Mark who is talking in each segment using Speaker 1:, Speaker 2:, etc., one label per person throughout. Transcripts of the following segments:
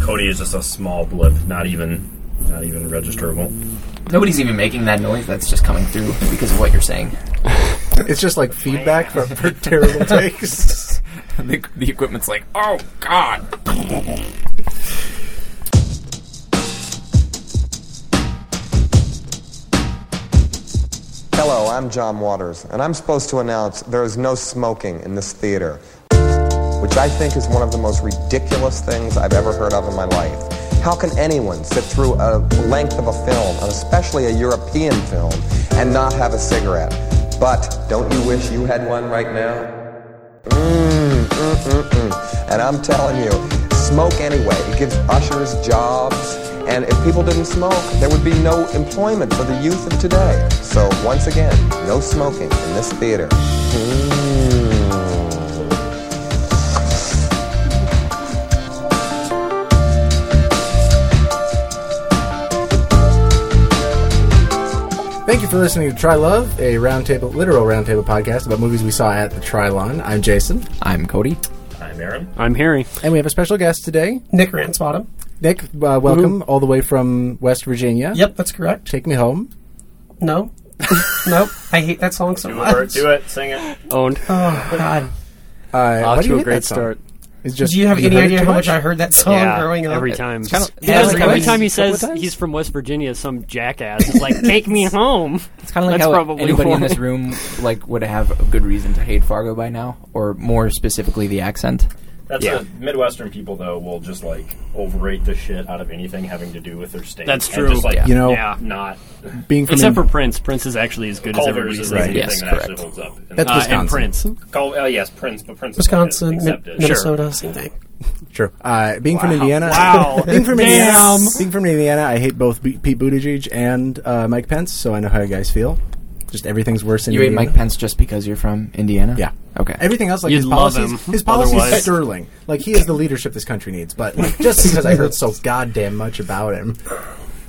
Speaker 1: Cody is just a small blip, not even not even registerable.
Speaker 2: Nobody's even making that noise that's just coming through because of what you're saying.
Speaker 3: It's just like feedback for, for terrible takes.
Speaker 2: the, the equipment's like, oh god.
Speaker 4: Hello, I'm John Waters, and I'm supposed to announce there is no smoking in this theater, which I think is one of the most ridiculous things I've ever heard of in my life. How can anyone sit through a length of a film, and especially a European film, and not have a cigarette? But don't you wish you had one right now? Mm, mm, mm, mm. And I'm telling you, smoke anyway. It gives ushers jobs. And if people didn't smoke, there would be no employment for the youth of today. So once again, no smoking in this theater. Mm.
Speaker 3: Thank you for listening to Try Love, a roundtable, literal roundtable podcast about movies we saw at the Trilon. I'm Jason,
Speaker 2: I'm Cody.
Speaker 1: I'm Aaron.
Speaker 5: I'm Harry.
Speaker 3: and we have a special guest today,
Speaker 6: Nick Ransbottom.
Speaker 3: Nick. Uh, welcome all the way from West Virginia.
Speaker 6: Yep, that's correct.
Speaker 3: Take me home.
Speaker 6: No. nope. I hate that song
Speaker 5: Uh,
Speaker 6: so
Speaker 1: Do
Speaker 6: much.
Speaker 1: it, do it, sing it.
Speaker 5: Owned.
Speaker 6: Oh, God.
Speaker 3: Uh, why
Speaker 5: Off
Speaker 3: do you
Speaker 5: to a
Speaker 3: hate
Speaker 5: great
Speaker 3: that song?
Speaker 5: start.
Speaker 3: It's just
Speaker 6: Do you have any
Speaker 3: heard it
Speaker 6: idea
Speaker 3: too
Speaker 6: how much I heard that song
Speaker 5: Yeah,
Speaker 6: growing up?
Speaker 5: every time.
Speaker 2: It's kinda-
Speaker 5: Yeah,
Speaker 6: it's
Speaker 5: every
Speaker 6: like-
Speaker 5: time he
Speaker 3: couple
Speaker 5: says
Speaker 3: times?
Speaker 5: he's from West Virginia, some jackass is like, "Take me home."
Speaker 2: It's kind of like
Speaker 5: That's
Speaker 2: how
Speaker 5: probably
Speaker 2: anybody in
Speaker 5: why.
Speaker 2: this room like would have a good reason to hate Fargo by now, or more specifically, the accent.
Speaker 1: That's
Speaker 5: Yeah.
Speaker 1: the Midwestern people though will just like overrate the shit out of anything having to do with their state.
Speaker 5: That's
Speaker 1: and
Speaker 5: true.
Speaker 1: just, like,
Speaker 2: Yeah.
Speaker 3: You know,
Speaker 5: Yeah.
Speaker 1: Not
Speaker 3: being from
Speaker 5: Except for Prince. Prince is actually as good as
Speaker 1: Culver's
Speaker 5: everybody
Speaker 1: is
Speaker 5: says.
Speaker 1: the only
Speaker 2: Right.
Speaker 5: he
Speaker 2: Yes,
Speaker 1: thing that actually
Speaker 2: correct.
Speaker 1: holds up. And
Speaker 3: That's
Speaker 5: Uh,
Speaker 3: Wisconsin.
Speaker 5: and Prince.
Speaker 1: Col- oh yes, Prince, but Prince is
Speaker 6: Wisconsin,
Speaker 1: like,
Speaker 6: Min-
Speaker 1: accepted.
Speaker 6: Minnesota, same thing.
Speaker 3: True. Uh, being from Indiana.
Speaker 5: Wow.
Speaker 3: being from
Speaker 5: Damn.
Speaker 3: Indiana. Being from Indiana, I hate both B- Pete Buttigieg and uh, Mike Pence, so I know how you guys feel. Just everything's worse in
Speaker 2: You hate
Speaker 3: Indiana.
Speaker 2: Mike Pence just because you're from Indiana?
Speaker 3: Yeah.
Speaker 2: Okay.
Speaker 3: Everything else, like
Speaker 5: You'd
Speaker 3: his
Speaker 5: love
Speaker 3: policies,
Speaker 5: him,
Speaker 3: his policies
Speaker 5: otherwise.
Speaker 3: sterling. Like he is the leadership this country needs. But like, just because I heard so goddamn much about him, uh,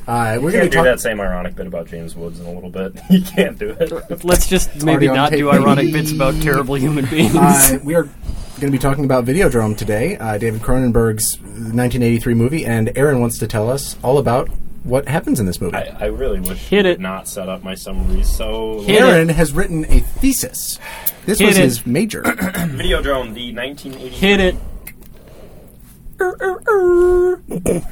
Speaker 3: we're
Speaker 1: You
Speaker 3: going
Speaker 1: can't
Speaker 3: to
Speaker 1: do
Speaker 3: talk.
Speaker 1: that same ironic bit about James Woods in a little bit. You can't do it.
Speaker 5: Let's just
Speaker 3: already
Speaker 5: maybe
Speaker 3: on
Speaker 5: not
Speaker 3: tape,
Speaker 5: do ironic
Speaker 3: baby.
Speaker 5: bits about terrible human beings.
Speaker 3: Uh, we are going to be talking about Videodrome today. Uh, David Cronenberg's 1983 movie, and Aaron wants to tell us all about what happens in this movie.
Speaker 1: I, I really wish
Speaker 5: Hit
Speaker 1: you
Speaker 5: it.
Speaker 1: did not set up my summary. So
Speaker 5: Hit it.
Speaker 3: Aaron has written a thesis. This
Speaker 5: Hit
Speaker 3: was
Speaker 5: it.
Speaker 3: his major.
Speaker 1: Videodrome, the 1980.
Speaker 5: Hit it.
Speaker 1: You're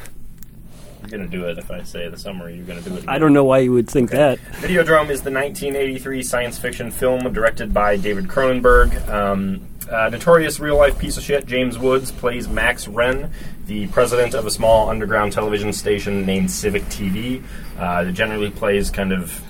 Speaker 1: gonna do it if I say the summary. You're gonna do it.
Speaker 5: I don't know why you would think that.
Speaker 1: Videodrome is the 1983 science fiction film directed by David Cronenberg. Um, a notorious real life piece of shit, James Woods plays Max Wren, the president of a small underground television station named Civic TV. Uh, that generally plays kind of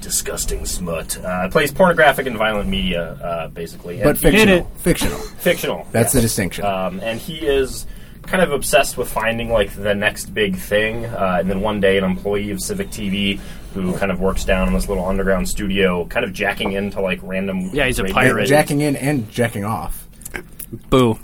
Speaker 1: disgusting smut. Uh, plays pornographic and violent media, uh, basically. And
Speaker 3: but
Speaker 1: he-
Speaker 3: fictional.
Speaker 5: it. Uh,
Speaker 3: Fictional.
Speaker 1: fictional.
Speaker 3: That's the
Speaker 1: yes.
Speaker 3: distinction.
Speaker 1: Um, and he is kind of obsessed with finding like the next big thing. Uh, and then one day, an employee of Civic TV who kind of works down in this little underground studio, kind of jacking into like random.
Speaker 5: Yeah, he's a
Speaker 1: radio-
Speaker 3: And
Speaker 5: pirate.
Speaker 3: jacking in and jacking off.
Speaker 5: Boo.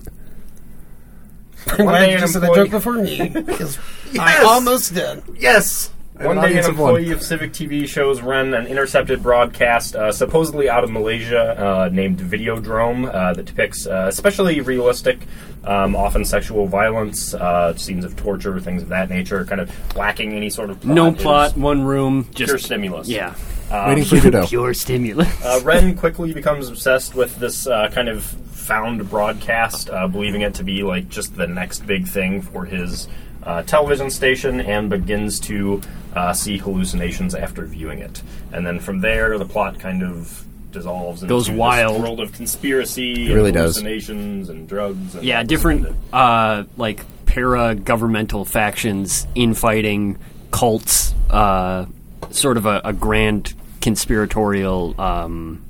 Speaker 6: I'm glad
Speaker 1: day
Speaker 6: you
Speaker 1: an
Speaker 6: just did that
Speaker 1: employee-
Speaker 6: joke before me. 'cause I almost did.
Speaker 3: Yes.
Speaker 1: One day, an employee of Civic TV shows Ren an intercepted broadcast, uh, supposedly out of Malaysia, uh, named Videodrome, uh, that depicts uh, especially realistic, um, often sexual violence, uh, scenes of torture, things of that nature, kind of lacking any sort of plot.
Speaker 5: No
Speaker 1: It was
Speaker 5: plot, one room, just
Speaker 1: pure stimulus.
Speaker 5: yeah.
Speaker 3: Waiting for you to know.
Speaker 5: Pure stimulus.
Speaker 1: Uh, Ren quickly becomes obsessed with this uh, kind of found broadcast, uh, believing it to be like just the next big thing for his uh, television station, and begins to uh, see hallucinations after viewing it. And then from there, the plot kind of dissolves and
Speaker 5: Goes wild.
Speaker 1: world of conspiracy,
Speaker 3: really
Speaker 1: and
Speaker 3: does.
Speaker 1: hallucinations and drugs. And
Speaker 5: Yeah,
Speaker 1: all this
Speaker 5: different
Speaker 1: kind of-
Speaker 5: uh, like para governmental factions infighting cults, uh, sort of a, a grand conspiratorial um,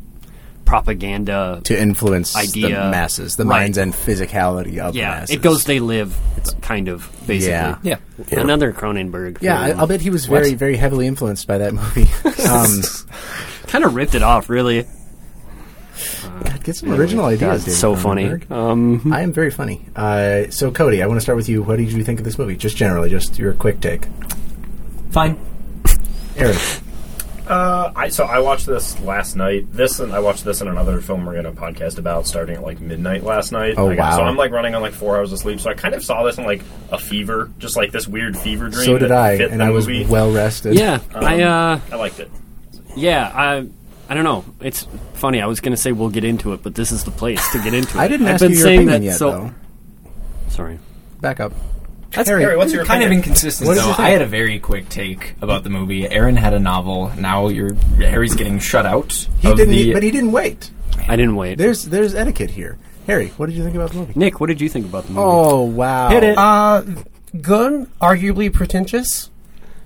Speaker 5: propaganda.
Speaker 3: to influence the
Speaker 5: Idea.
Speaker 3: masses, the
Speaker 5: Right.
Speaker 3: minds and physicality of the
Speaker 5: yeah,
Speaker 3: masses.
Speaker 5: it goes. They live, kind of basically.
Speaker 3: Yeah.
Speaker 2: Yeah.
Speaker 5: Another Cronenberg.
Speaker 3: Yeah, I, I'll bet he was very, very heavily influenced by that movie. Um,
Speaker 5: Kind of ripped it off, really.
Speaker 3: get some original
Speaker 5: God,
Speaker 3: ideas.
Speaker 5: it's
Speaker 3: David
Speaker 5: so funny.
Speaker 3: Cronenberg.
Speaker 5: Um,
Speaker 3: I am very funny. Uh, so, Cody, I want to start with you. What did you think of this movie? Just generally, just your quick take.
Speaker 2: Fine.
Speaker 3: Aaron,
Speaker 1: Uh, I so I watched this last night. This and I watched this and another film we're gonna podcast about starting at like midnight last night.
Speaker 3: Oh,
Speaker 1: Like, So
Speaker 3: wow.
Speaker 1: I'm like running on like four hours of sleep. So I kind of saw this in like a fever, just like this weird fever dream.
Speaker 3: So did
Speaker 1: that
Speaker 3: I,
Speaker 1: fit
Speaker 3: and
Speaker 1: the
Speaker 3: I was
Speaker 1: movie.
Speaker 3: well rested.
Speaker 5: Yeah, I uh,
Speaker 1: I liked it.
Speaker 5: yeah, I, I don't know. It's funny. I was gonna say we'll get into it, but this is the place to get into it.
Speaker 3: I didn't
Speaker 5: I've
Speaker 3: ask
Speaker 5: been
Speaker 3: you your
Speaker 5: saying
Speaker 3: opinion
Speaker 5: that.
Speaker 3: yet,
Speaker 5: so
Speaker 3: though.
Speaker 5: sorry.
Speaker 3: Back up.
Speaker 2: That's
Speaker 3: Harry,
Speaker 1: Harry, what's your
Speaker 2: kind of
Speaker 1: opinion?
Speaker 2: inconsistent.
Speaker 3: What did
Speaker 2: though.
Speaker 3: you think?
Speaker 2: I had a very quick take about the movie. Aaron had a novel. Now you're Harry's getting shut out.
Speaker 3: He
Speaker 2: of
Speaker 3: didn't, e,
Speaker 2: the-
Speaker 3: but he didn't wait.
Speaker 5: I didn't wait.
Speaker 3: There's there's etiquette here. Harry, what did you think about the movie?
Speaker 5: Nick, what did you think about the movie?
Speaker 3: Oh wow!
Speaker 5: Hit it.
Speaker 6: Uh, good, arguably pretentious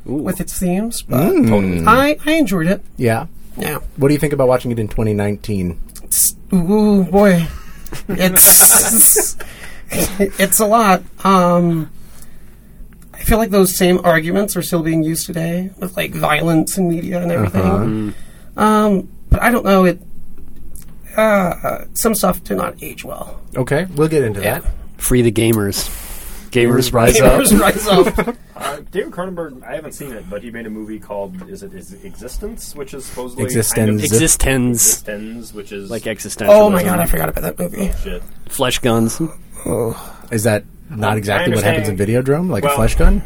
Speaker 5: Ooh.
Speaker 6: with its themes, but I, I enjoyed it.
Speaker 3: Mm. Yeah.
Speaker 6: Yeah.
Speaker 3: What do you think about watching it in 2019?
Speaker 6: It's, ooh boy, it's it's a lot. Um, I feel like those same arguments are still being used today with like violence in media and everything. Um, but I don't know it. Uh, some stuff did not age well.
Speaker 3: Okay, we'll get into that.
Speaker 5: Free the gamers. Gamers rise
Speaker 6: Gamers
Speaker 5: up.
Speaker 6: rise up.
Speaker 1: Uh, David Cronenberg. I haven't seen it, but he made a movie called "Is It Is Existence," which is supposedly
Speaker 3: Existence.
Speaker 1: kind of
Speaker 5: Existence.
Speaker 1: existence, which is
Speaker 5: Like existential.
Speaker 6: oh my god, I forgot about that movie.
Speaker 1: shit.
Speaker 5: Flesh guns.
Speaker 3: Is that not exactly what happens in
Speaker 1: understand-
Speaker 3: Videodrome, like a
Speaker 1: well-
Speaker 3: flesh gun?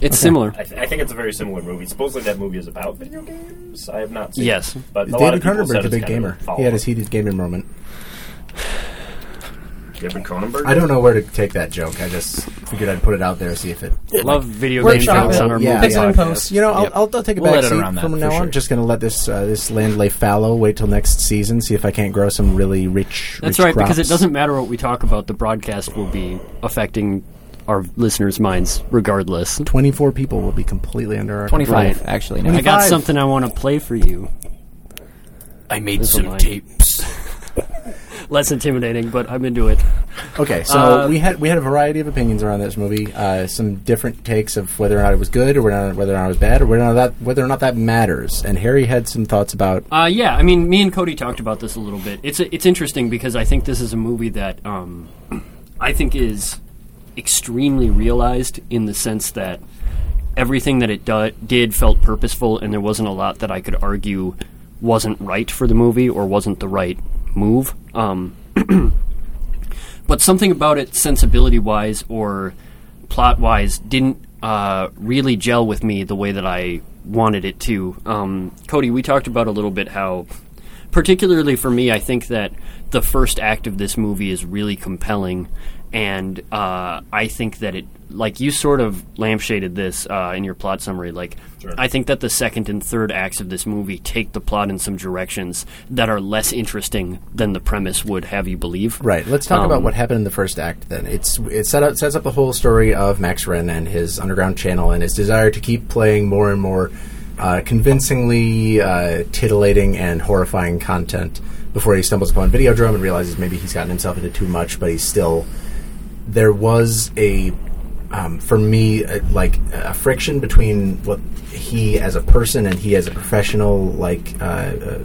Speaker 5: It's similar.
Speaker 1: I, th- I think it's a very similar movie. Supposedly that movie is about video games. I have not seen.
Speaker 5: Yes.
Speaker 1: it, but a lot
Speaker 3: David
Speaker 1: of people said
Speaker 3: Cronenberg's a
Speaker 1: it's
Speaker 3: big
Speaker 1: kind of
Speaker 3: gamer.
Speaker 1: follow-up.
Speaker 3: He had his heated gaming moment.
Speaker 1: David Cronenberg.
Speaker 3: I don't know where to take that joke. I just figured I'd put it out there, see if it.
Speaker 5: Love video game
Speaker 6: Workshop
Speaker 5: jokes
Speaker 6: it.
Speaker 5: on our
Speaker 3: Yeah,
Speaker 5: movie
Speaker 6: Fix it and
Speaker 5: podcast.
Speaker 6: post.
Speaker 3: You know, I'll,
Speaker 2: Yep.
Speaker 3: I'll, I'll take a
Speaker 2: We'll
Speaker 3: back
Speaker 2: let it
Speaker 3: seat
Speaker 2: around that,
Speaker 3: from
Speaker 2: for
Speaker 3: now on.
Speaker 2: sure.
Speaker 3: I'm just going to let this uh, this land lay fallow. Wait till next season. See if I can't grow some really rich.
Speaker 5: That's
Speaker 3: rich
Speaker 5: right, because it
Speaker 3: crops.
Speaker 5: doesn't matter what we talk about, the broadcast will be affecting our listeners' minds regardless.
Speaker 3: Twenty-four people will be completely under our.
Speaker 2: Twenty five,
Speaker 5: Right.
Speaker 2: actually.
Speaker 5: I
Speaker 2: Now.
Speaker 5: got
Speaker 3: Five.
Speaker 5: something I want to play for you.
Speaker 2: I made
Speaker 5: some
Speaker 2: tapes.
Speaker 5: Less intimidating, but I'm into it.
Speaker 3: Okay, so we had we had a variety of opinions around this movie. Uh, some different takes of whether or not it was good, or whether or not, whether or not it was bad, or whether or not that whether or not that matters. And Harry had some thoughts about.
Speaker 5: Uh, yeah, I mean, me and Cody talked about this a little bit. It's it's interesting because I think this is a movie that um, I think is extremely realized in the sense that everything that it do- did felt purposeful, and there wasn't a lot that I could argue wasn't right for the movie or wasn't the right move. Um, but something about it, sensibility wise or plot wise, didn't uh, really gel with me the way that I wanted it to. Um, Cody, we talked about a little bit how, particularly for me, I think that the first act of this movie is really compelling, and uh, I think that it, like you sort of lampshaded this uh, in your plot summary, like. I think that the second and third acts of this movie take the plot in some directions that are less interesting than the premise would have you believe.
Speaker 3: Right. Let's talk
Speaker 5: Um,
Speaker 3: about what happened in the first act. Then it's it set up, sets up the whole story of Max Wren and his underground channel and his desire to keep playing more and more uh, convincingly uh, titillating and horrifying content before he stumbles upon Videodrome and realizes maybe he's gotten himself into too much, but he's still there was a um, for me uh, like a friction between what he as a person and he as a professional like uh, uh,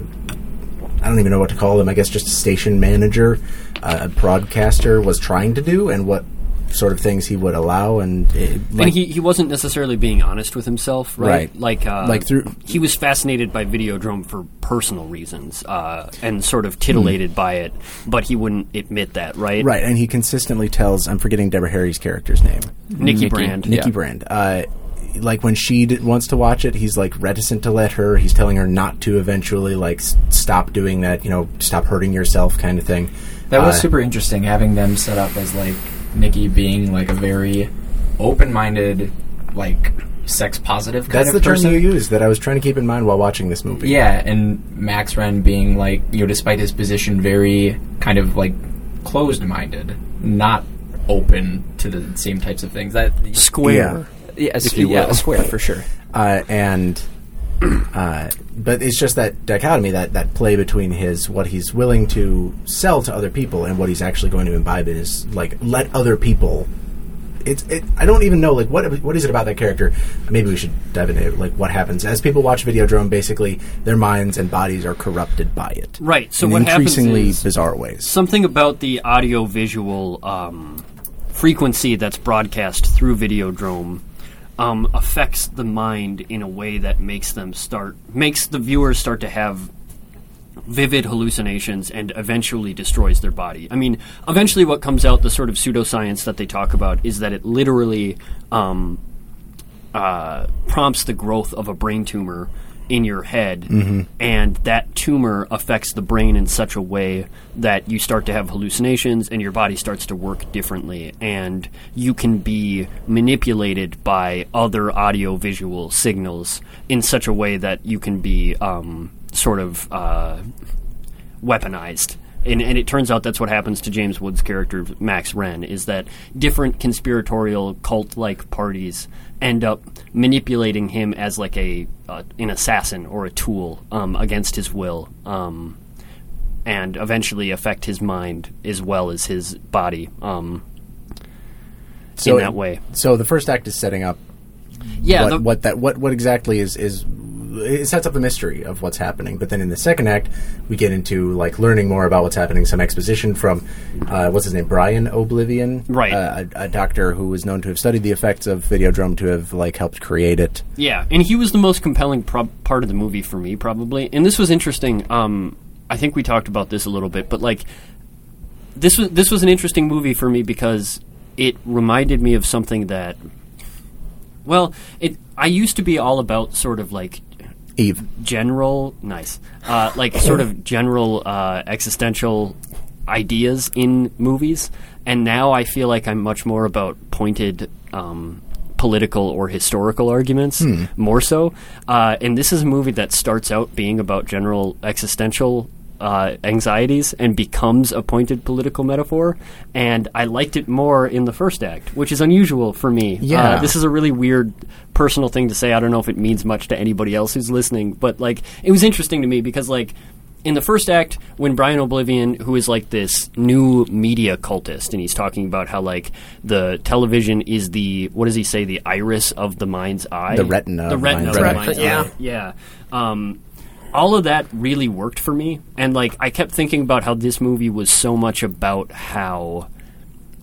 Speaker 3: I don't even know what to call him I guess just a station manager uh, a broadcaster was trying to do and what sort of things he would allow and uh,
Speaker 5: and he, he wasn't necessarily being honest with himself, right?
Speaker 3: Right.
Speaker 5: Like uh,
Speaker 3: Like through-
Speaker 5: he was fascinated by Videodrome for personal reasons uh, and sort of titillated by it, but he wouldn't admit that, right?
Speaker 3: right and he consistently tells I'm forgetting Deborah Harry's character's name
Speaker 5: Nikki, Brand.
Speaker 3: Nikki Brand. Uh, like when she d- wants to watch it, he's like reticent to let her. He's telling her not to eventually, like s- stop doing that. You know, stop hurting yourself, kind of thing.
Speaker 2: That was
Speaker 3: Uh,
Speaker 2: super interesting having them set up as like Nikki being like a very open-minded, like sex positive kind
Speaker 3: That's
Speaker 2: of
Speaker 3: the term
Speaker 2: person.
Speaker 3: you used that I was trying to keep in mind while watching this movie.
Speaker 2: yeah, and Max Ren being like you know, despite his position, very kind of like closed-minded, not open to the same types of things. That
Speaker 3: Yeah.
Speaker 5: Square.
Speaker 2: yeah, a,
Speaker 5: you will.
Speaker 2: square for sure.
Speaker 3: uh, and uh, but it's just that dichotomy that that play between his what he's willing to sell to other people and what he's actually going to imbibe in is like let other people it's it, I don't even know like what what is it about that character maybe we should dive into like what happens as people watch Videodrome basically their minds and bodies are corrupted by it
Speaker 5: Right, so
Speaker 3: in
Speaker 5: what happens
Speaker 3: increasingly
Speaker 5: is-
Speaker 3: bizarre ways
Speaker 5: Something about the audio visual um, frequency that's broadcast through Videodrome um, affects the mind in a way that makes them start makes the viewers start to have vivid hallucinations and eventually destroys their body. I mean, eventually, what comes out the sort of pseudoscience that they talk about is that it literally um, uh, prompts the growth of a brain tumor in your head, and that tumor affects the brain in such a way that you start to have hallucinations and your body starts to work differently, and you can be manipulated by other audio visual signals in such a way that you can be um, sort of uh, weaponized. And, and it turns out that's what happens to James Wood's character Max Wren is that different conspiratorial cult-like parties end up manipulating him as like a uh, an assassin or a tool um, against his will, um, and eventually affect his mind as well as his body um,
Speaker 3: So
Speaker 5: in that way.
Speaker 3: So the first act is setting up
Speaker 5: Yeah,
Speaker 3: what,
Speaker 5: the-
Speaker 3: what that what what exactly is is it sets up the mystery of what's happening. But then in the second act, we get into like learning more about what's happening. Some exposition from uh, what's his name, Brian Oblivion,
Speaker 5: Right.
Speaker 3: Uh, a, a doctor who was known to have studied the effects of Videodrome to have like helped create it.
Speaker 5: Yeah, and he was the most compelling prob part of the movie for me, probably. And this was interesting. Um, I think we talked about this a little bit, but like this was this was an interesting movie for me because it reminded me of something that, well, it I used to be all about sort of like
Speaker 3: Eve,
Speaker 5: general nice uh, like sort of general uh, existential ideas in movies and now i feel like i'm much more about pointed um, political or historical arguments
Speaker 3: Hmm.
Speaker 5: more so uh, and this is a movie that starts out being about general existential uh, anxieties and becomes a pointed political metaphor and i liked it more in the first act which is unusual for me
Speaker 3: Yeah.
Speaker 5: uh, this is a really weird personal thing to say. I don't know if it means much to anybody else who's listening, but like it was interesting to me because like in the first act when Brian Oblivion who is like this new media cultist and he's talking about how like the television is the what does he say the iris of the mind's eye
Speaker 3: The retina
Speaker 5: the
Speaker 3: of
Speaker 5: retina
Speaker 3: mind's
Speaker 5: of the
Speaker 3: eye.
Speaker 5: mind's
Speaker 6: Yeah.
Speaker 5: eye yeah um all of that really worked for me and like I kept thinking about how this movie was so much about how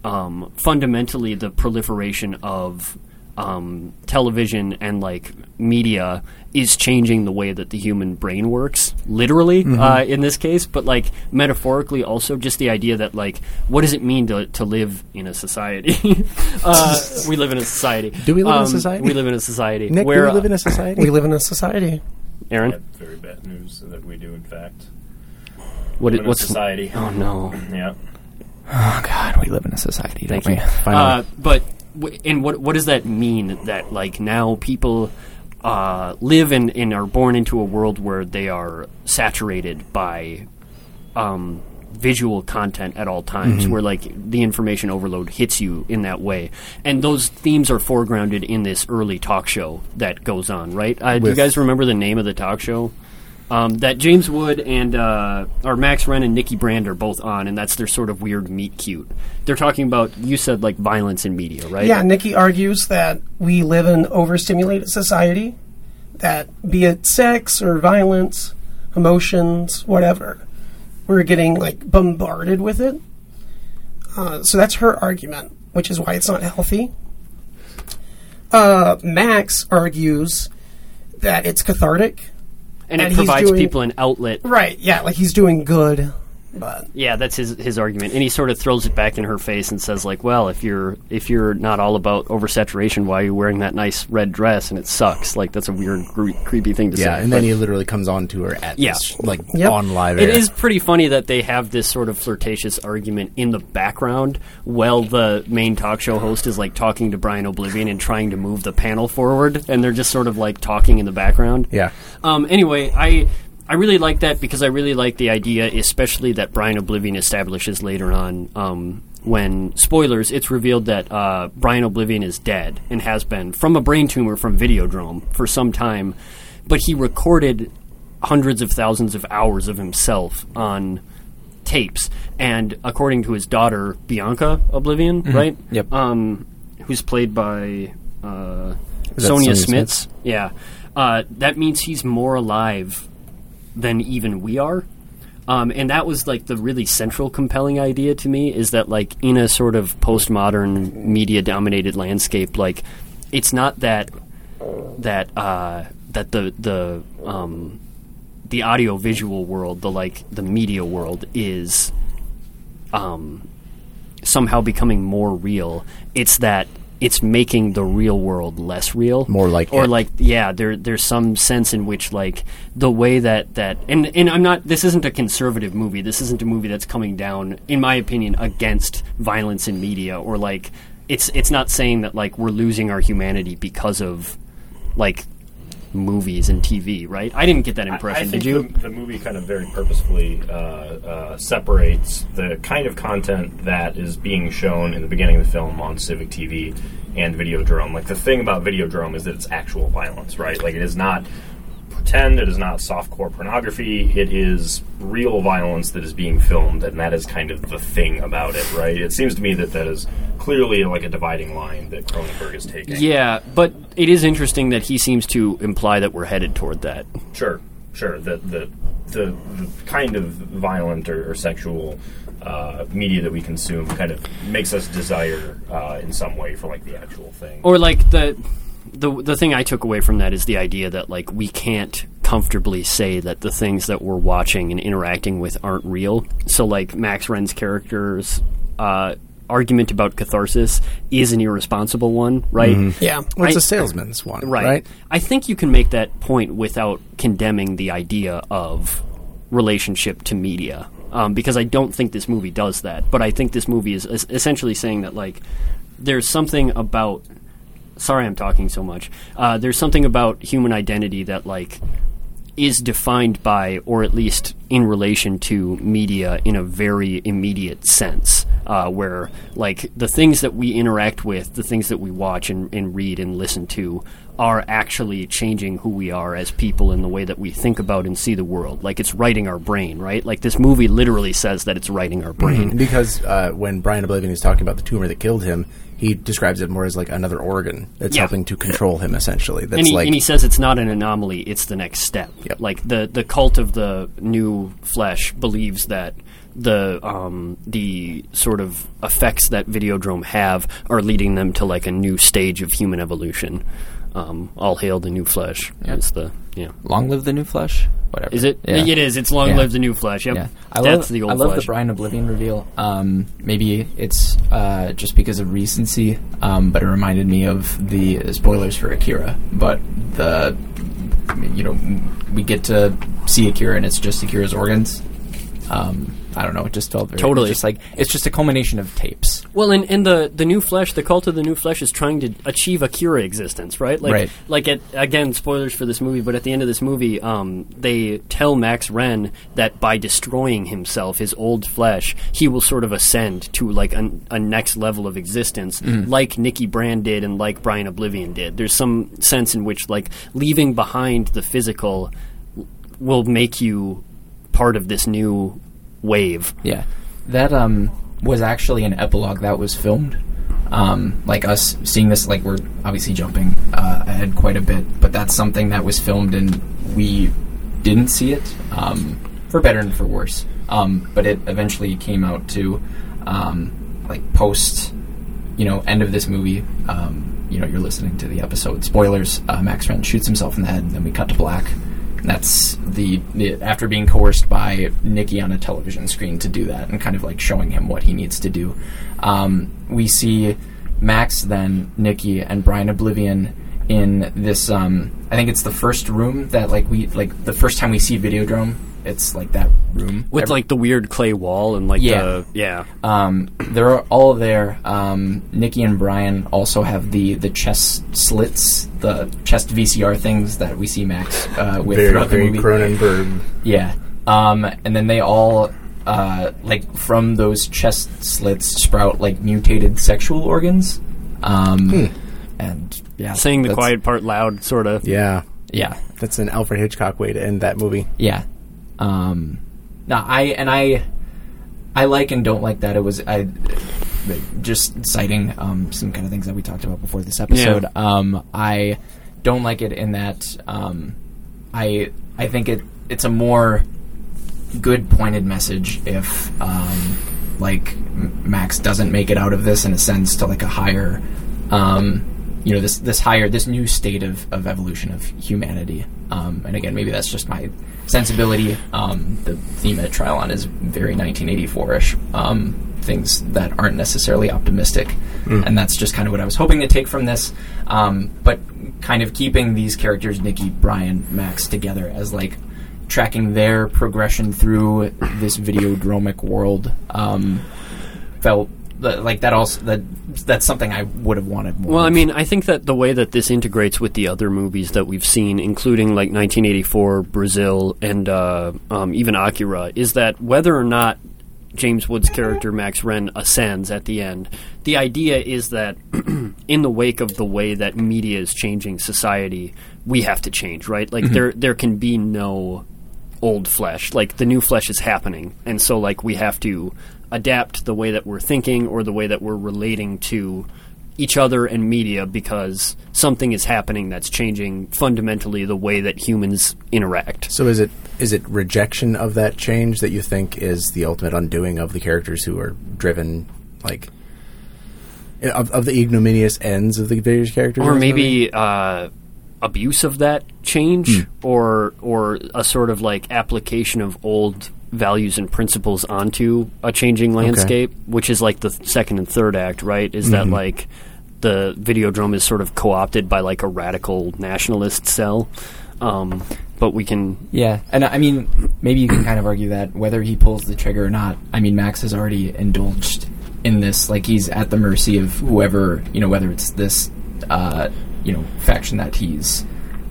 Speaker 5: um, fundamentally the proliferation of um, television and like media is changing the way that the human brain works, literally
Speaker 3: Mm-hmm.
Speaker 5: uh, in this case, but like metaphorically also just the idea that like what does it mean to, to live in a society? uh, we live in a society. Um,
Speaker 3: Do we live in a society?
Speaker 5: We live in a society.
Speaker 3: Nick,
Speaker 5: where,
Speaker 3: we live in
Speaker 5: uh,
Speaker 3: a society.
Speaker 6: We live in a society.
Speaker 1: Yeah,
Speaker 5: Aaron,
Speaker 1: very bad news that we do, in fact.
Speaker 5: what,
Speaker 1: Live in a
Speaker 5: what's
Speaker 1: society?
Speaker 5: Oh no.
Speaker 1: Yeah.
Speaker 2: Oh God, we live in a society, don't we?
Speaker 3: Finally.
Speaker 5: Uh, but w- and what what does that mean? That like now people uh, live and and are born into a world where they are saturated by um, visual content at all times, where like the information overload hits you in that way, and those themes are foregrounded in this early talk show that goes on. Right? Uh, do you
Speaker 3: With-
Speaker 5: guys remember the name of the talk show? Um, that James Wood and uh, or Max Wren and Nikki Brand are both on, and that's their sort of weird meet cute. They're talking about you said like violence in media, right?
Speaker 6: Yeah, Nikki argues that we live in overstimulated society, that be it sex or violence, emotions, whatever, we're getting like bombarded with it. Uh, so that's her argument, which is why it's not healthy. Uh, Max argues that it's cathartic.
Speaker 5: and it
Speaker 6: and he's
Speaker 5: provides
Speaker 6: doing-
Speaker 5: people an outlet.
Speaker 6: Right, yeah, like he's doing good, but
Speaker 5: Yeah, that's his his argument, and he sort of throws it back in her face and says like, "Well, if you're if you're not all about oversaturation, why are you wearing that nice red dress? And it sucks. Like that's a weird, gre- creepy thing to say."
Speaker 3: yeah, and
Speaker 5: But-
Speaker 3: then he literally comes on to her at
Speaker 5: Yeah.
Speaker 3: this, like
Speaker 6: Yep.
Speaker 3: on live.
Speaker 5: It
Speaker 3: air.
Speaker 5: is pretty funny that they have this sort of flirtatious argument in the background while the main talk show host is like talking to Brian Oblivion and trying to move the panel forward, and they're just sort of like talking in the background.
Speaker 3: Yeah.
Speaker 5: Um, anyway, I I really like that because I really like the idea, especially that Brian Oblivion establishes later on. Um, when spoilers, it's revealed that uh, Brian Oblivion is dead and has been from a brain tumor from Videodrome for some time, but he recorded hundreds of thousands of hours of himself on tapes. And according to his daughter Bianca Oblivion, right?
Speaker 2: Yep.
Speaker 5: Um, who's played by uh,
Speaker 3: that
Speaker 5: Sonia
Speaker 3: Sonia
Speaker 5: Smits. Yeah, uh, that means he's more alive than even we are. Um, and that was like the really central compelling idea to me is that like in a sort of postmodern media dominated landscape, like it's not that that uh, that the the um, the audio visual world, the like the media world is um, somehow becoming more real. It's that it's making the real world less real,
Speaker 3: More like
Speaker 5: or
Speaker 3: it.
Speaker 5: like yeah. There there's some sense in which like the way that that and and I'm not. This isn't a conservative movie. This isn't a movie that's coming down, in my opinion, against violence in media or like. It's it's not saying that like we're losing our humanity because of like movies and TV, right? I didn't get that impression.
Speaker 1: I
Speaker 5: did
Speaker 1: think
Speaker 5: you?
Speaker 1: The, the movie kind of very purposefully uh, uh, separates the kind of content that is being shown in the beginning of the film on Civic TV and Videodrome. Like the thing about Videodrome is that it's actual violence, right? Like it is not pretend, it is not softcore pornography, it is real violence that is being filmed, and that is kind of the thing about it, right? It seems to me that that is clearly like a dividing line that Cronenberg is taking.
Speaker 5: Yeah, but it is interesting that he seems to imply that we're headed toward that.
Speaker 1: Sure, sure. The the the, the kind of violent or, or sexual uh, media that we consume kind of makes us desire uh, in some way for like the actual thing.
Speaker 5: Or like the the the thing I took away from that is the idea that like we can't comfortably say that the things that we're watching and interacting with aren't real. So like Max Wren's character's uh, argument about catharsis is an irresponsible one, right?
Speaker 6: Yeah.
Speaker 3: Well, it's
Speaker 5: I-
Speaker 3: a salesman's one,
Speaker 5: Right.
Speaker 3: right?
Speaker 5: I think you can make that point without condemning the idea of relationship to media, um, because I don't think this movie does that. But I think this movie is es- essentially saying that like there's something about. Sorry, I'm talking so much. Uh, there's something about human identity that like is defined by, or at least in relation to, media in a very immediate sense, uh, where like the things that we interact with, the things that we watch and, and read and listen to, are actually changing who we are as people in the way that we think about and see the world. Like it's writing our brain, right? Like this movie literally says that it's writing our brain.
Speaker 3: Because uh, when Brian Oblivion is talking about the tumor that killed him, he describes it more as like another organ that's
Speaker 5: Yeah.
Speaker 3: helping to control him, essentially. That's
Speaker 5: and he,
Speaker 3: like
Speaker 5: and he says it's not an anomaly; it's the next step.
Speaker 3: Yep.
Speaker 5: Like the the cult of the new flesh believes that the um, the sort of effects that Videodrome have are leading them to like a new stage of human evolution. Um, all hail the new flesh. That's the yeah.
Speaker 2: Long live the new flesh. Whatever.
Speaker 5: Is it?
Speaker 2: Yeah.
Speaker 5: It is. It's long
Speaker 2: Yeah.
Speaker 5: live the new flesh. Yep.
Speaker 2: Yeah, I
Speaker 5: That's
Speaker 2: love
Speaker 5: the old
Speaker 2: I love
Speaker 5: flesh.
Speaker 2: the Brian Oblivion reveal. Um, maybe it's uh, just because of recency, um, but it reminded me of the spoilers for Akira. But the you know we get to see Akira and it's just Akira's organs. Um, I don't know. It just felt very,
Speaker 5: Totally.
Speaker 2: It's just like it's just a culmination of tapes.
Speaker 5: Well, and, and the the new flesh, the cult of the new flesh, is trying to achieve a Kira existence, right? Like,
Speaker 2: Right.
Speaker 5: like at, again, spoilers for this movie, but at the end of this movie, um, they tell Max Wren that by destroying himself, his old flesh, he will sort of ascend to like an, a next level of existence,
Speaker 2: Mm-hmm.
Speaker 5: like Nikki Brand did and like Brian Oblivion did. There's some sense in which like leaving behind the physical will make you part of this new wave.
Speaker 2: Yeah, that um was actually an epilogue that was filmed. Um, like us seeing this, like we're obviously jumping uh, ahead quite a bit, but that's something that was filmed and we didn't see it um, for better and for worse. Um, but it eventually came out to um, like post, you know, end of this movie. Um, you know, you're listening to the episode. Spoilers: uh, Max Rent shoots himself in the head, and then we cut to black. And that's the, the after being coerced by Nikki on a television screen to do that and kind of like showing him what he needs to do. Um, we see Max then Nikki and Brian Oblivion in this. Um, I think it's the first room that like we like the first time we see Videodrome. It's like that room
Speaker 5: With
Speaker 2: Every-
Speaker 5: like the weird clay wall and like
Speaker 2: Yeah.
Speaker 5: the yeah.
Speaker 2: um, they're all there. Um, Nikki and Brian also have the the chest slits, the chest VCR things that we see Max uh, with
Speaker 3: very,
Speaker 2: throughout the
Speaker 3: very
Speaker 2: movie.
Speaker 3: Cronenberg.
Speaker 2: Yeah. Um, and then they all, uh, like, from those chest slits sprout, like, mutated sexual organs. Um, And, yeah.
Speaker 5: saying the
Speaker 2: that's-
Speaker 5: quiet part loud, sort of.
Speaker 3: Yeah,
Speaker 2: Yeah.
Speaker 3: that's an Alfred Hitchcock way to end that movie.
Speaker 2: Yeah. Um, no, I, and I, I like and don't like that. It was, I, just citing, um, some kind of things that we talked about before this episode.
Speaker 5: Yeah.
Speaker 2: Um, I don't like it in that, um, I, I think it, it's a more, good pointed message if um, like M- Max doesn't make it out of this in a sense to like a higher um, you know this this higher this new state of, of evolution of humanity. Um, and again, maybe that's just my sensibility. Um, the theme at Trilon is very 1984ish. Um, things that aren't necessarily optimistic, and that's just kind of what I was hoping to take from this. Um, but kind of keeping these characters, Nikki, Brian, Max, together as like tracking their progression through this videodromic world. Um, felt th- like that also that that's something I would have wanted more.
Speaker 5: Well, I
Speaker 2: of.
Speaker 5: mean, I think that the way that this integrates with the other movies that we've seen, including like 1984, Brazil, and uh, um, even Akira, is that whether or not James Wood's character Max Wren ascends at the end, the idea is that in the wake of the way that media is changing society, we have to change, right? Like there, there can be no old flesh. Like the new flesh is happening, and so like we have to adapt the way that we're thinking or the way that we're relating to each other and media because something is happening that's changing fundamentally the way that humans interact.
Speaker 3: So is it is it rejection of that change that you think is the ultimate undoing of the characters who are driven like of, of the ignominious ends of the various characters,
Speaker 5: or
Speaker 3: in this movie?
Speaker 5: maybe uh, abuse of that change, or or a sort of like application of old values and principles onto a changing landscape, which is like the th- second and third act, right? Is that like the Videodrome is sort of co-opted by like a radical nationalist cell, um, but we can
Speaker 2: yeah, and I mean, maybe you can kind of argue that whether he pulls the trigger or not. I mean, Max has already indulged in this, like he's at the mercy of whoever you know, whether it's this uh, you know faction that he's.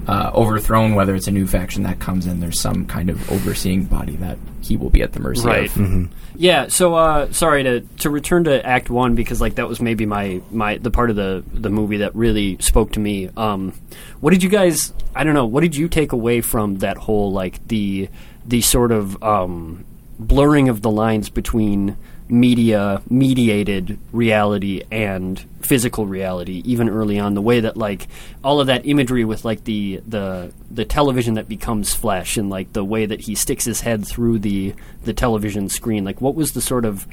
Speaker 2: Uh, overthrown, whether it's a new faction that comes in, there's some kind of overseeing body that he will be at the mercy
Speaker 5: right.
Speaker 2: of.
Speaker 5: Yeah. So uh, sorry to to return to Act One because like that was maybe my my the part of the the movie that really spoke to me. Um, what did you guys? I don't know. What did you take away from that whole like the the sort of um, blurring of the lines between media mediated reality and physical reality even early on the way that like all of that imagery with like the the the television that becomes flesh and like the way that he sticks his head through the the television screen like what was the sort of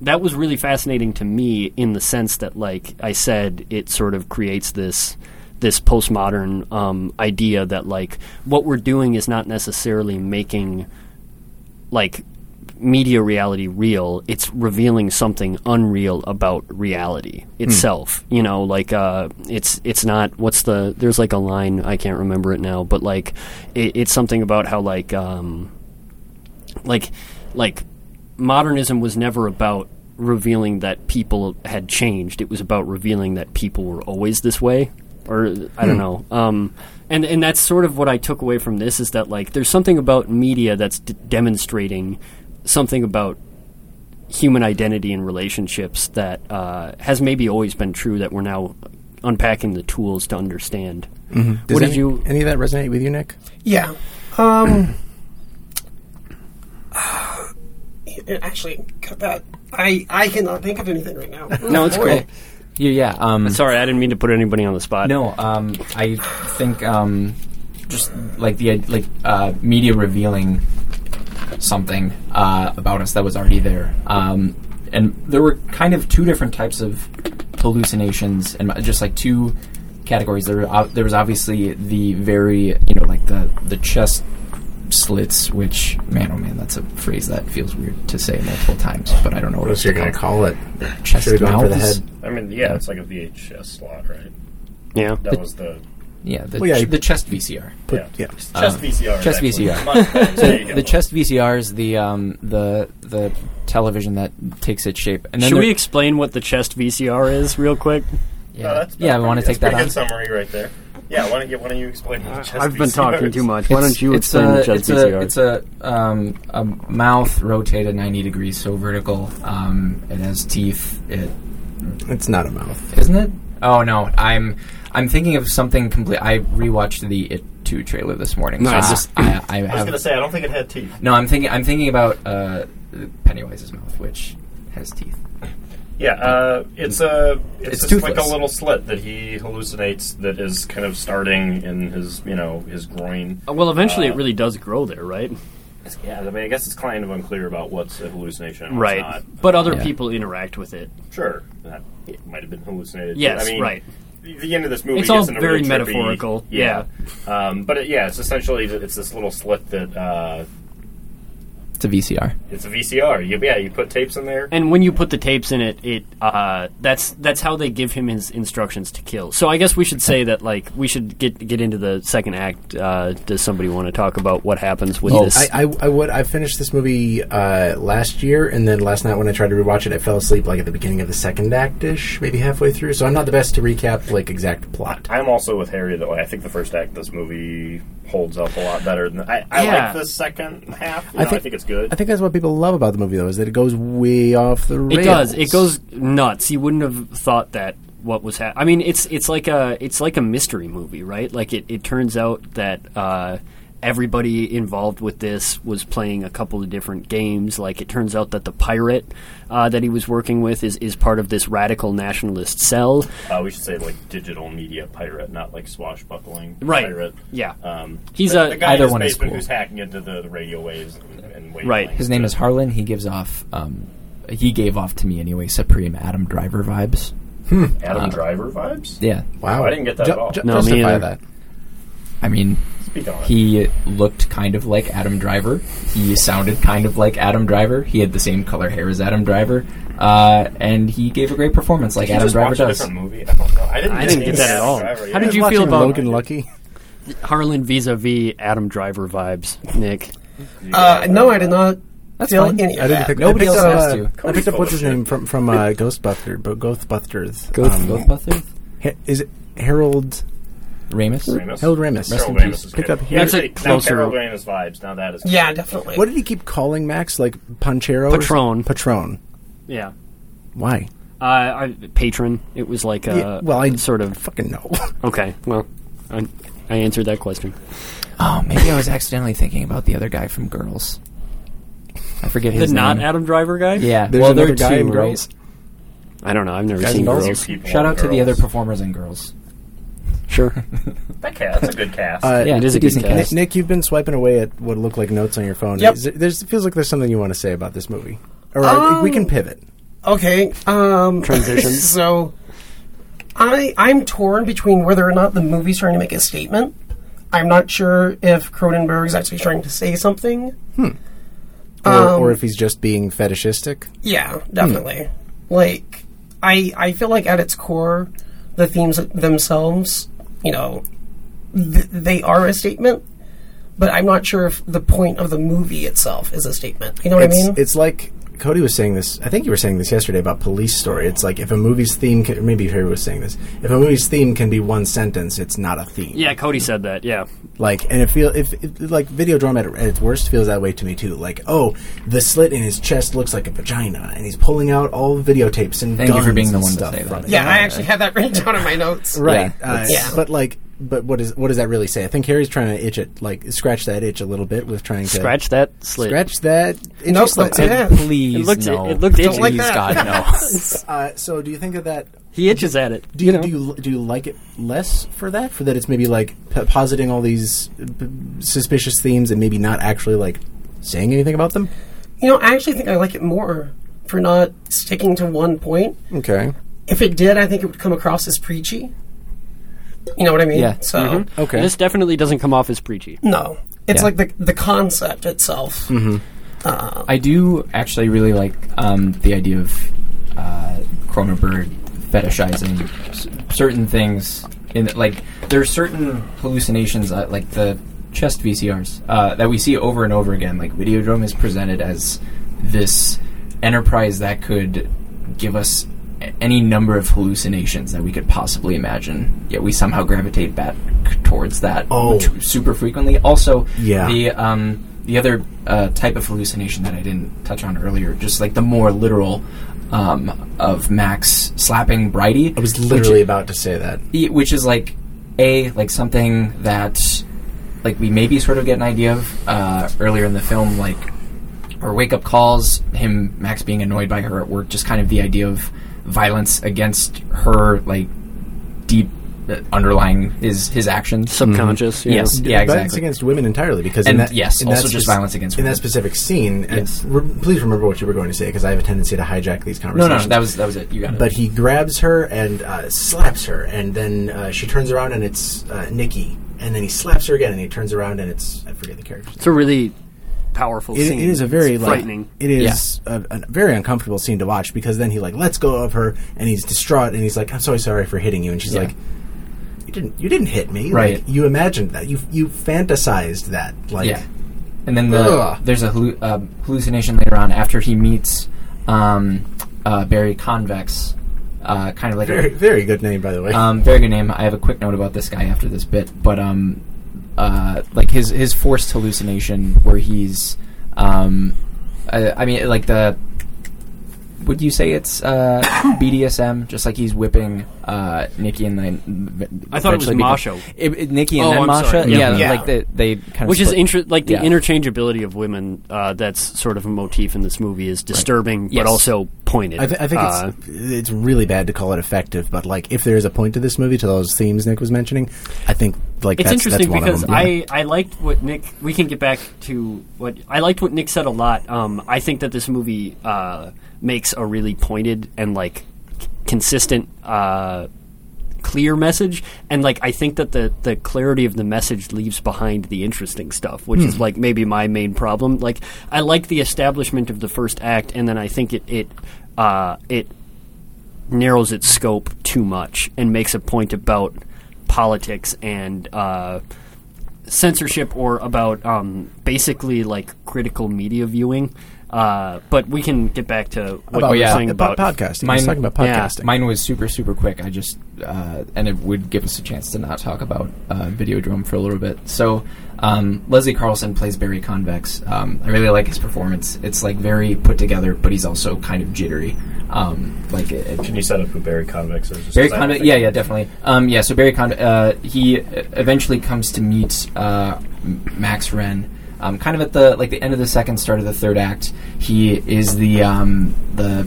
Speaker 5: that was really fascinating to me in the sense that like I said it sort of creates this this postmodern um, idea that like what we're doing is not necessarily making like media reality real it's revealing something unreal about reality itself you know like uh it's it's not what's the there's like a line i can't remember it now but like it, it's something about how like um like like modernism was never about revealing that people had changed it was about revealing that people were always this way or i
Speaker 3: Hmm.
Speaker 5: don't know um and and that's sort of what i took away from this is that like there's something about media that's d- demonstrating something about human identity and relationships that uh, has maybe always been true that we're now unpacking the tools to understand
Speaker 3: Mm-hmm. Does
Speaker 5: what did
Speaker 3: any,
Speaker 5: you
Speaker 3: any of that resonate with you, Nick?
Speaker 6: Yeah. Um. actually, cut that. I I cannot think of anything right now.
Speaker 5: no it's cool
Speaker 6: Boy.
Speaker 2: Yeah, yeah. Um,
Speaker 5: sorry i didn't mean to put anybody on the spot
Speaker 2: No, um, I think um, just like the like uh, media revealing something uh, about us that was already there, um, and there were kind of two different types of hallucinations, and uh, just like two categories. There, were, ob- there was obviously the very you know like the the chest slits, which man oh man, that's a phrase that feels weird to say multiple times, but I don't know what else
Speaker 3: What you're
Speaker 2: to
Speaker 3: going to
Speaker 2: call
Speaker 3: call it?
Speaker 2: it. Chest
Speaker 3: Should have gone for the
Speaker 2: mouths?
Speaker 3: head.
Speaker 1: I mean, yeah, it's like a VHS slot, right?
Speaker 5: yeah
Speaker 1: That was the
Speaker 2: Yeah, the,
Speaker 3: Well, yeah,
Speaker 2: ch-
Speaker 3: you-
Speaker 2: the chest VCR.
Speaker 1: yeah.
Speaker 3: Yeah.
Speaker 1: chest VCR.
Speaker 2: chest
Speaker 1: actually.
Speaker 2: VCR.
Speaker 1: My bad. There you go.
Speaker 2: the chest VCR is the um, the the television that takes its shape. And then
Speaker 5: should
Speaker 2: there-
Speaker 5: we explain what the chest vcr is real quick
Speaker 2: Yeah,
Speaker 1: No, oh, that's,
Speaker 2: yeah. I want to
Speaker 1: that's
Speaker 2: take that
Speaker 1: pretty
Speaker 2: on.
Speaker 1: good summary right there. Yeah, why don't you, why don't you explain the chest
Speaker 5: Uh, I've been
Speaker 1: VCRs?
Speaker 5: talking too much. Why don't you
Speaker 2: it's
Speaker 5: explain
Speaker 2: a,
Speaker 5: the
Speaker 2: it's
Speaker 5: chest
Speaker 2: A, it's a, um, a mouth rotated 90 degrees, so vertical. Um, it has teeth. It
Speaker 3: It's not a mouth.
Speaker 2: isn't it? Oh no, I'm I'm thinking of something complete. I rewatched the It Two trailer this morning. so
Speaker 5: Nice.
Speaker 2: I just I, I
Speaker 1: I was
Speaker 2: have
Speaker 1: gonna say I don't think it had teeth.
Speaker 2: no. I'm thinking I'm thinking about uh, Pennywise's mouth, which has teeth.
Speaker 1: Yeah, uh, it's a it's,
Speaker 2: It's
Speaker 1: just like a
Speaker 2: toothless.
Speaker 1: little slit that he hallucinates that is kind of starting in his you know his groin.
Speaker 5: well, eventually
Speaker 1: uh,
Speaker 5: it really does grow there, right?
Speaker 1: Yeah, I mean I guess it's kind of unclear about what's a hallucination, and what's
Speaker 5: Right.
Speaker 1: Not.
Speaker 5: But other
Speaker 2: Yeah.
Speaker 5: people interact with it.
Speaker 1: Sure, that might have been hallucinated. but
Speaker 5: Yes,
Speaker 1: I mean,
Speaker 5: right.
Speaker 1: the the end of this movie.
Speaker 5: It's
Speaker 1: gets
Speaker 5: all
Speaker 1: into
Speaker 5: very
Speaker 1: really trippy-
Speaker 5: metaphorical.
Speaker 1: Yeah, Um, but it, yeah, it's essentially th- it's this little slit that uh,
Speaker 2: It's a VCR.
Speaker 1: it's a VCR. You, yeah, you put tapes in there.
Speaker 5: And when you put the tapes in it, it uh, that's that's how they give him his instructions to kill. So I guess we should say that like we should get get into the second act. Uh, does somebody want to talk about what happens with
Speaker 2: Oh,
Speaker 5: this?
Speaker 3: I, I, I would. I finished this movie uh, last year, and then last night when I tried to rewatch it, I fell asleep like at the beginning of the second act ish, maybe halfway through. So I'm not the best to recap like exact plot.
Speaker 1: I'm also with Harry that way. I think the first act of this movie holds up a lot better than I, I
Speaker 5: Yeah.
Speaker 1: like the second half. You know, I,
Speaker 3: I
Speaker 1: think,
Speaker 3: think-
Speaker 1: it's good.
Speaker 3: I think that's what people love about the movie, though, is that it goes way off the rails.
Speaker 5: It does. It goes nuts. You wouldn't have thought that what was happening. I mean, it's it's like a it's like a mystery movie, right? Like it, it turns out that uh, everybody involved with this was playing a couple of different games. Like it turns out that the pirate uh, that he was working with is is part of this radical nationalist cell.
Speaker 1: uh, we should say like digital media pirate, not like swashbuckling
Speaker 5: Right.
Speaker 1: pirate.
Speaker 5: Yeah.
Speaker 1: Um,
Speaker 5: He's
Speaker 1: the,
Speaker 5: a-
Speaker 1: the guy
Speaker 2: Either
Speaker 1: in his
Speaker 2: one is
Speaker 1: basement
Speaker 2: cool.
Speaker 1: who's hacking into the, the radio waves and, and wavelengths.
Speaker 5: Right.
Speaker 2: His name is Harlan. He gives off. Um, he gave off to me anyway. Supreme Adam Driver vibes.
Speaker 1: Adam Driver vibes.
Speaker 2: Yeah.
Speaker 3: Wow,
Speaker 1: I didn't get that
Speaker 3: Ju-
Speaker 1: at all.
Speaker 3: ju-
Speaker 5: No, me
Speaker 3: justify
Speaker 5: either.
Speaker 3: that.
Speaker 2: I mean,
Speaker 1: Speak on. it.
Speaker 2: he looked kind of like Adam Driver. He sounded kind of like Adam Driver. He had the same color hair as Adam Driver, uh, and he gave a great performance, like
Speaker 1: Did you
Speaker 2: Adam
Speaker 1: just
Speaker 2: Driver
Speaker 1: watch a
Speaker 2: does.
Speaker 1: different movie? I don't know. I didn't,
Speaker 5: I didn't get that at
Speaker 1: Adam
Speaker 5: all.
Speaker 1: Driver,
Speaker 5: How
Speaker 1: yeah.
Speaker 5: did you feel
Speaker 3: Watching
Speaker 5: about-
Speaker 3: Logan Lucky?
Speaker 5: Harlan vis-a-vis Adam Driver vibes, Nick.
Speaker 6: Uh, no, I did not
Speaker 2: That's
Speaker 6: feel
Speaker 2: fine.
Speaker 6: any
Speaker 3: I
Speaker 6: of
Speaker 3: didn't
Speaker 6: that.
Speaker 3: pick.
Speaker 2: Nobody
Speaker 3: I picked
Speaker 2: else
Speaker 3: up,
Speaker 2: has
Speaker 3: uh,
Speaker 2: to.
Speaker 3: I
Speaker 1: Cody's
Speaker 3: picked up what's his
Speaker 1: full of
Speaker 3: name from from uh, Ghostbuster, but Ghostbusters.
Speaker 2: Goth,
Speaker 3: um,
Speaker 2: Ghostbusters?
Speaker 3: Ha- is it Harold?
Speaker 2: Ramus?
Speaker 1: Ramis.
Speaker 3: Harold Ramis.
Speaker 1: Harold
Speaker 3: Rest
Speaker 2: in
Speaker 1: Ramis
Speaker 2: peace.
Speaker 1: is
Speaker 3: Picked
Speaker 1: good.
Speaker 3: up-
Speaker 1: He
Speaker 5: That's a
Speaker 1: actually-
Speaker 5: closer-
Speaker 1: Now Harold Ramis vibes. Now that is good.
Speaker 6: Yeah, definitely.
Speaker 3: What did he keep calling Max? Like Panchero? or
Speaker 5: Patron.
Speaker 3: something? Patron.
Speaker 5: Yeah.
Speaker 3: Why?
Speaker 5: Uh, I, patron. It was like a
Speaker 3: Yeah, well, I
Speaker 5: sort of
Speaker 3: fucking know.
Speaker 5: okay. Well, I, I answered that question.
Speaker 2: Oh, maybe I was accidentally thinking about the other guy from Girls. I forget his
Speaker 5: The not
Speaker 2: name.
Speaker 3: um,
Speaker 5: Adam Driver guy?
Speaker 2: yeah,
Speaker 3: There's
Speaker 2: well, there are
Speaker 3: another guy
Speaker 2: two,
Speaker 3: in Girls?
Speaker 2: right?
Speaker 5: I don't know. I've never
Speaker 3: Guys
Speaker 5: seen
Speaker 3: and
Speaker 1: Those
Speaker 3: dolls?
Speaker 5: girls.
Speaker 1: people
Speaker 2: Shout
Speaker 1: are
Speaker 2: out to the
Speaker 1: girls.
Speaker 2: other performers in Girls.
Speaker 5: Sure.
Speaker 1: That cast. That's a good cast.
Speaker 3: Uh,
Speaker 5: Yeah, it is a good
Speaker 2: decent
Speaker 5: cast.
Speaker 3: Nick, Nick, you've been swiping away at what look like notes on your phone.
Speaker 6: Yep.
Speaker 3: Is there- there's, it feels like there's something you want to say about this movie. All right,
Speaker 6: Um,
Speaker 3: we can pivot.
Speaker 6: Okay. Um,
Speaker 5: Transition.
Speaker 6: so, I I'm torn between whether or not the movie's trying to make a statement. I'm not sure if Cronenberg is actually trying to say something.
Speaker 3: Or, or
Speaker 1: um,
Speaker 3: if he's just being fetishistic.
Speaker 6: Yeah, definitely. Like, I I feel like at its core, the themes themselves, you know, th- they are a statement. But I'm not sure if the point of the movie itself is a statement. You know what
Speaker 3: it's,
Speaker 6: I mean?
Speaker 3: it's like Cody was saying this. I think you were saying this yesterday about Police Story. It's like if a movie's theme, can, maybe Harry was saying this. If a movie's theme can be one sentence, it's not a theme.
Speaker 5: yeah, Cody said that. Yeah.
Speaker 3: Like, and it feel if it, like Videodrome at, at its worst feels that way to me too. Like, oh, the slit in his chest looks like a vagina, and he's pulling out all videotapes and
Speaker 2: Thank you for
Speaker 3: guns
Speaker 2: being the
Speaker 3: and
Speaker 2: one to
Speaker 3: stuff
Speaker 2: say that.
Speaker 3: from it.
Speaker 6: yeah, I actually had that written down in my notes.
Speaker 3: right?
Speaker 2: Yeah,
Speaker 3: uh,
Speaker 6: Yeah.
Speaker 3: But like, but what is what does that really say? I think Harry's trying to itch it, like scratch that itch a little bit with trying to
Speaker 5: Scratch that slit.
Speaker 3: scratch that. itch
Speaker 6: No,
Speaker 3: slit.
Speaker 6: don't do that.
Speaker 2: Please,
Speaker 5: It looked-
Speaker 2: no.
Speaker 5: it looked itchy.
Speaker 2: Please,
Speaker 6: Don't like that.
Speaker 2: God, no.
Speaker 3: Uh, so, do you think that that
Speaker 5: He itches at it.
Speaker 3: do you, do you do you like it less for that? For that, it's maybe like p- positing all these b- suspicious themes and maybe not actually like saying anything about them.
Speaker 6: You know, I actually think I like it more for not sticking to one point.
Speaker 3: Okay.
Speaker 6: If it did, I think it would come across as preachy. You know what I mean?
Speaker 2: Yeah. Mm-hmm.
Speaker 6: So
Speaker 3: Okay.
Speaker 5: This definitely doesn't come off as preachy.
Speaker 6: no, it's
Speaker 2: Yeah. Mm-hmm.
Speaker 6: like the the concept itself. Uh,
Speaker 2: I do actually really like um, the idea of uh, Cronenberg fetishizing s- certain things. In like, there are certain hallucinations, uh, like the chest VCRs, uh, that we see over and over again. Like, Videodrome is presented as this enterprise that could give us a- any number of hallucinations that we could possibly imagine. Yet we somehow gravitate back towards that
Speaker 3: Oh.
Speaker 2: t- super frequently. Also,
Speaker 3: Yeah.
Speaker 2: the um, the other uh, type of hallucination that I didn't touch on earlier, just like the more literal um, of Max slapping Brighty.
Speaker 3: I was literally about to say that.
Speaker 2: E- which is like a like something that like we maybe sort of get an idea of uh, earlier in the film like or wake up calls him max being annoyed by her at work just kind of the idea of violence against her like deep uh, underlying his his actions.
Speaker 5: Subconscious,
Speaker 2: Mhm.
Speaker 5: yeah.
Speaker 2: Yes. Yeah.
Speaker 3: Violence
Speaker 2: Exactly.
Speaker 3: against women entirely because in
Speaker 2: And
Speaker 3: that,
Speaker 2: yes,
Speaker 3: in
Speaker 2: also
Speaker 3: that
Speaker 2: just
Speaker 3: spec-
Speaker 2: violence against
Speaker 3: in that
Speaker 2: women.
Speaker 3: specific scene. And
Speaker 2: Yes.
Speaker 3: re- please remember what you were going to say because I have a tendency to hijack these
Speaker 2: No,
Speaker 3: conversations.
Speaker 2: no, no, that was that was it. You got it.
Speaker 3: But he grabs her and uh, slaps her, and then uh, she turns around and it's uh, Nikki, and then he slaps her again, and he turns around and it's I forget the character's name.
Speaker 5: It's a really powerful
Speaker 3: It,
Speaker 5: scene.
Speaker 3: it is a very
Speaker 5: It's
Speaker 3: like,
Speaker 5: frightening.
Speaker 3: It is a, a very uncomfortable scene to watch because then he like lets go of her, and he's distraught, and he's like, "I'm so sorry for hitting you," and she's
Speaker 2: Yeah.
Speaker 3: like. You didn't. You didn't hit me.
Speaker 2: Right.
Speaker 3: Like, you imagined that. You you fantasized that. Like.
Speaker 2: yeah. And then the,
Speaker 3: Ugh.
Speaker 2: there's a hallu- uh, hallucination later on after he meets um, uh, Barry Convex, uh, kind of like
Speaker 3: Very
Speaker 2: a
Speaker 3: very good name by the way.
Speaker 2: um, very good name. I have a quick note about this guy after this bit, but um, uh, like his his forced hallucination where he's, um, I, I mean, like the. Would you say it's uh, BDSM? Just like he's whipping uh, Nikki and then
Speaker 5: I thought it was
Speaker 2: eventually become-
Speaker 5: Masho.
Speaker 2: It- it- Nikki and
Speaker 5: Oh,
Speaker 2: then
Speaker 5: I'm
Speaker 2: Masha.
Speaker 5: sorry.
Speaker 2: Yeah,
Speaker 5: Yeah.
Speaker 3: Yeah.
Speaker 2: like they, they kind of
Speaker 5: Which is
Speaker 2: split.
Speaker 5: inter- like the
Speaker 2: Yeah.
Speaker 5: interchangeability of women. Uh, that's sort of a motif in this movie is disturbing,
Speaker 2: Yes.
Speaker 5: but also pointed.
Speaker 3: I, th- I think
Speaker 5: Uh,
Speaker 3: it's it's really bad to call it effective, but like if there is a point to this movie to those themes Nick was mentioning, I think like
Speaker 5: it's
Speaker 3: that's, that's
Speaker 5: interesting
Speaker 3: one
Speaker 5: because
Speaker 3: of them.
Speaker 5: I, I liked what Nick. We can get back to what I liked what Nick said a lot. Um, I think that this movie uh, makes a really pointed and like c- consistent, uh, clear message. And like I think that the the clarity of the message leaves behind the interesting stuff, which
Speaker 3: Hmm.
Speaker 5: is like maybe my main problem. Like I liked the establishment of the first act, and then I think it it uh, it narrows its scope too much and makes a point about politics and uh, censorship or about um, basically like critical media viewing. Uh, but we can get back to what
Speaker 3: about,
Speaker 5: you were
Speaker 2: yeah.
Speaker 5: saying about,
Speaker 3: podcasting.
Speaker 2: Mine-
Speaker 3: He's talking about
Speaker 5: Oh, yeah,
Speaker 3: podcasting.
Speaker 2: Mine was super, super quick. I just, uh, and it would give us a chance to not talk about uh, Videodrome for a little bit. So, um, Leslie Carlson plays Barry Convex. Um, I really like his performance. It's like very put together, but he's also kind of jittery. Um, like, it, it-
Speaker 1: Can you set up who Barry Convex is?
Speaker 2: Barry Convex, yeah, yeah, definitely. Um, yeah, so Barry Convex, uh, he eventually comes to meet uh, M- Max Wren. Um, kind of at the like the end of the second, start of the third act. He is the um, the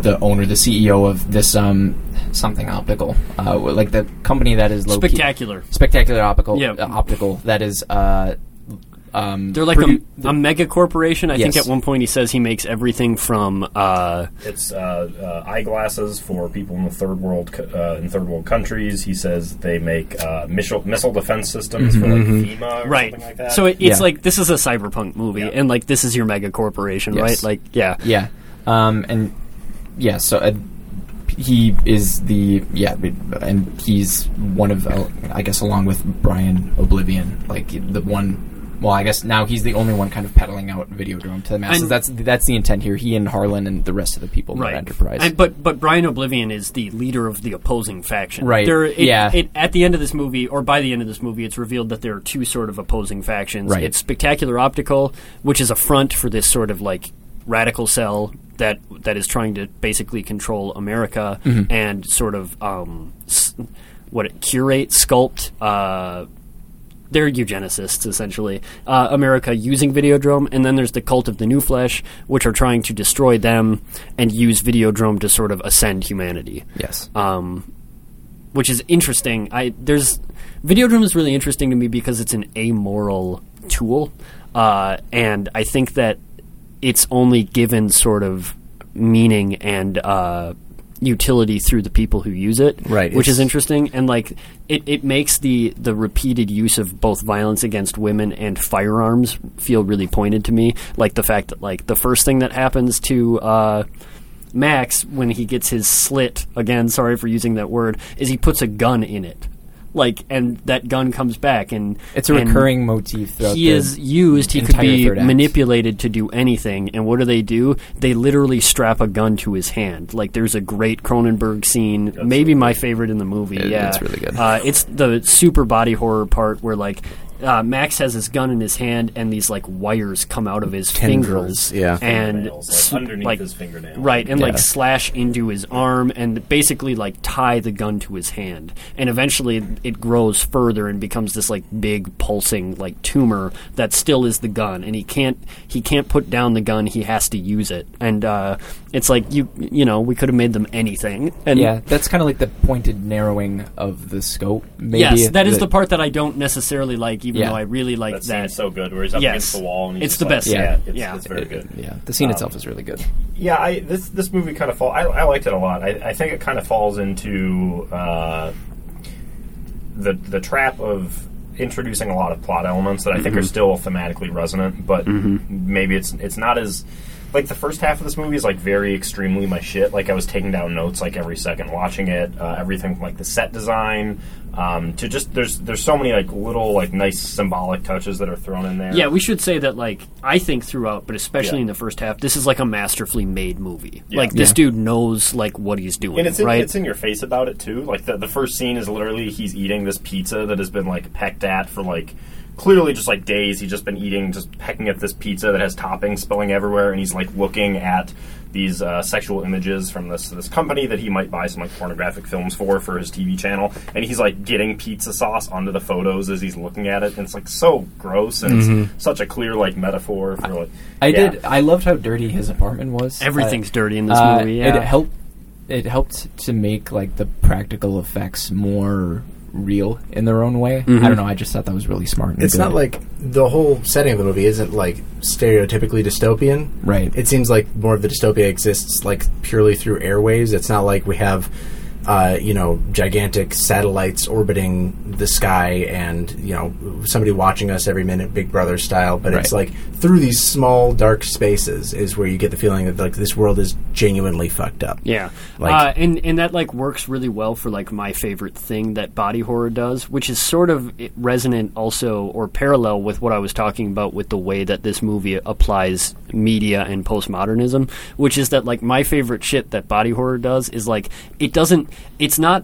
Speaker 2: the owner, the CEO of this um, something optical, uh, like the company that is low
Speaker 5: spectacular.
Speaker 2: spectacular optical,
Speaker 5: Yeah.
Speaker 2: uh, optical that is. Uh, um,
Speaker 5: They're like a,
Speaker 2: produ-
Speaker 5: a mega corporation. I think
Speaker 2: Yes.
Speaker 5: at one point he says he makes everything from uh,
Speaker 1: It's uh, uh, eyeglasses for people in the third world co- uh, in third world countries. He says they make uh, missile missile defense systems for like
Speaker 2: Mm-hmm.
Speaker 1: FEMA or
Speaker 5: right.
Speaker 1: something like that.
Speaker 5: So it, it's
Speaker 2: Yeah.
Speaker 5: like this is a cyberpunk movie,
Speaker 1: Yeah.
Speaker 5: and like this is your mega corporation,
Speaker 2: Yes.
Speaker 5: right? Like yeah,
Speaker 2: Yeah. Um, and yeah, so uh, he is the yeah, it- and he's one of uh, I guess along with Brian Oblivion, like the one. Well, I guess now he's the only one kind of peddling out Videodrome to the masses.
Speaker 5: And-
Speaker 2: that's that's the intent here. He and Harlan and the rest of the people in
Speaker 5: right.
Speaker 2: that enterprise.
Speaker 5: And- but but Brian Oblivion is the leader of the opposing faction.
Speaker 2: Right.
Speaker 5: There, it,
Speaker 2: Yeah.
Speaker 5: It, at the end of this movie, or by the end of this movie, it's revealed that there are two sort of opposing factions.
Speaker 2: Right.
Speaker 5: It's Spectacular Optical, which is a front for this sort of like radical cell that that is trying to basically control America and sort of um, s- what it curate, sculpt. Uh, they're eugenicists essentially. Uh, America using Videodrome, and then there's the cult of the New Flesh, which are trying to destroy them and use Videodrome to sort of ascend humanity.
Speaker 2: yes,
Speaker 5: Um, which is interesting. I there's Videodrome is really interesting to me because it's an amoral tool, uh, and I think that it's only given sort of meaning and uh, utility through the people who use it,
Speaker 3: Right,
Speaker 5: Which is
Speaker 3: it's-
Speaker 5: interesting, and like it, it makes the the repeated use of both violence against women and firearms feel really pointed to me. Like the fact that like the first thing that happens to uh, Max when he gets his slit again, sorry for using that word, is he puts a gun in it. Like and that gun comes back and
Speaker 2: it's a
Speaker 5: and
Speaker 2: recurring motif throughout.
Speaker 5: he
Speaker 2: the
Speaker 5: is used. He could
Speaker 2: entire
Speaker 5: be
Speaker 2: third act.
Speaker 5: manipulated to do anything. And what do they do? They literally strap a gun to his hand. Like there's a great Cronenberg scene, maybe my favorite in the movie.
Speaker 2: It-
Speaker 5: yeah,
Speaker 2: it's really good.
Speaker 5: Uh, it's the super body horror part where like uh, Max has his gun in his hand, and these like wires come out of his
Speaker 3: Tendrils,
Speaker 5: fingers,
Speaker 3: yeah.
Speaker 5: and
Speaker 1: Fingernails, like,
Speaker 5: s-
Speaker 1: underneath
Speaker 5: like-
Speaker 1: his fingernail.
Speaker 5: right, and
Speaker 3: Yeah.
Speaker 5: like slash into his arm, and basically like tie the gun to his hand, and eventually it grows further and becomes this like big pulsing like tumor that still is the gun, and he can't he can't put down the gun, he has to use it, and uh, it's like you you know we could have made them anything, and
Speaker 2: Yeah, that's kind of like the pointed narrowing of the scope. Maybe
Speaker 5: yes, that is the part that I don't necessarily like, even
Speaker 2: Yeah.
Speaker 5: though I really like
Speaker 1: That
Speaker 5: that.
Speaker 1: scene's so good where he's up
Speaker 5: Yes.
Speaker 1: against the wall and he's
Speaker 5: It's
Speaker 1: just
Speaker 5: the
Speaker 1: like-
Speaker 5: best
Speaker 1: Yeah,
Speaker 5: scene.
Speaker 1: it's,
Speaker 5: Yeah.
Speaker 1: it's very good.
Speaker 2: Yeah, the
Speaker 5: Um,
Speaker 2: scene itself is really good.
Speaker 1: Yeah, I, this this movie kind of fall. I, I liked it a lot. I, I think it kind of falls into uh, the the trap of introducing a lot of plot elements that I think are
Speaker 5: Mm-hmm.
Speaker 1: still thematically resonant, but maybe it's it's not as like the first half of this movie is like very extremely my shit. Like I was taking down notes like every second watching it. Uh, everything from like the set design um, to just there's there's so many like little like nice symbolic touches that are thrown in there.
Speaker 5: Yeah, we should say that like I think throughout, but especially
Speaker 1: Yeah.
Speaker 5: in the first half, this is like a masterfully made movie.
Speaker 1: Yeah.
Speaker 5: Like this
Speaker 2: Yeah.
Speaker 5: dude knows like what he's doing,
Speaker 1: And it's in,
Speaker 5: right?
Speaker 1: it's in your face about it too. Like the, the first scene is literally he's eating this pizza that has been like pecked at for like clearly just like days. He's just been eating, just pecking at this pizza that has toppings spilling everywhere, and he's like looking at these uh, sexual images from this this company that he might buy some like pornographic films for for his TV channel, and he's like getting pizza sauce onto the photos as he's looking at it, and it's like so gross and it's such a clear like metaphor for like
Speaker 2: Mm-hmm. I
Speaker 1: yeah.
Speaker 2: did. I loved how dirty his apartment was.
Speaker 5: Everything's
Speaker 2: Uh,
Speaker 5: dirty in this
Speaker 2: uh,
Speaker 5: movie. Yeah.
Speaker 2: It helped. It helped to make like the practical effects more real in their own way.
Speaker 5: Mm-hmm.
Speaker 2: I don't know. I just thought that was really smart. and
Speaker 3: It's
Speaker 2: good.
Speaker 3: not like the whole setting of the movie isn't like stereotypically dystopian.
Speaker 2: Right.
Speaker 3: It seems like more of the dystopia exists like purely through airwaves. It's not like we have uh, you know, gigantic satellites orbiting the sky and, you know, somebody watching us every minute, Big Brother style. But it's
Speaker 2: Right.
Speaker 3: like through these small, dark spaces is where you get the feeling that, like, this world is genuinely fucked up.
Speaker 5: Yeah,
Speaker 3: Like-
Speaker 5: uh, and and that like works really well for like my favorite thing that body horror does, which is sort of resonant also or parallel with what I was talking about with the way that this movie applies media and postmodernism, which is that like my favorite shit that body horror does is like it doesn't, it's not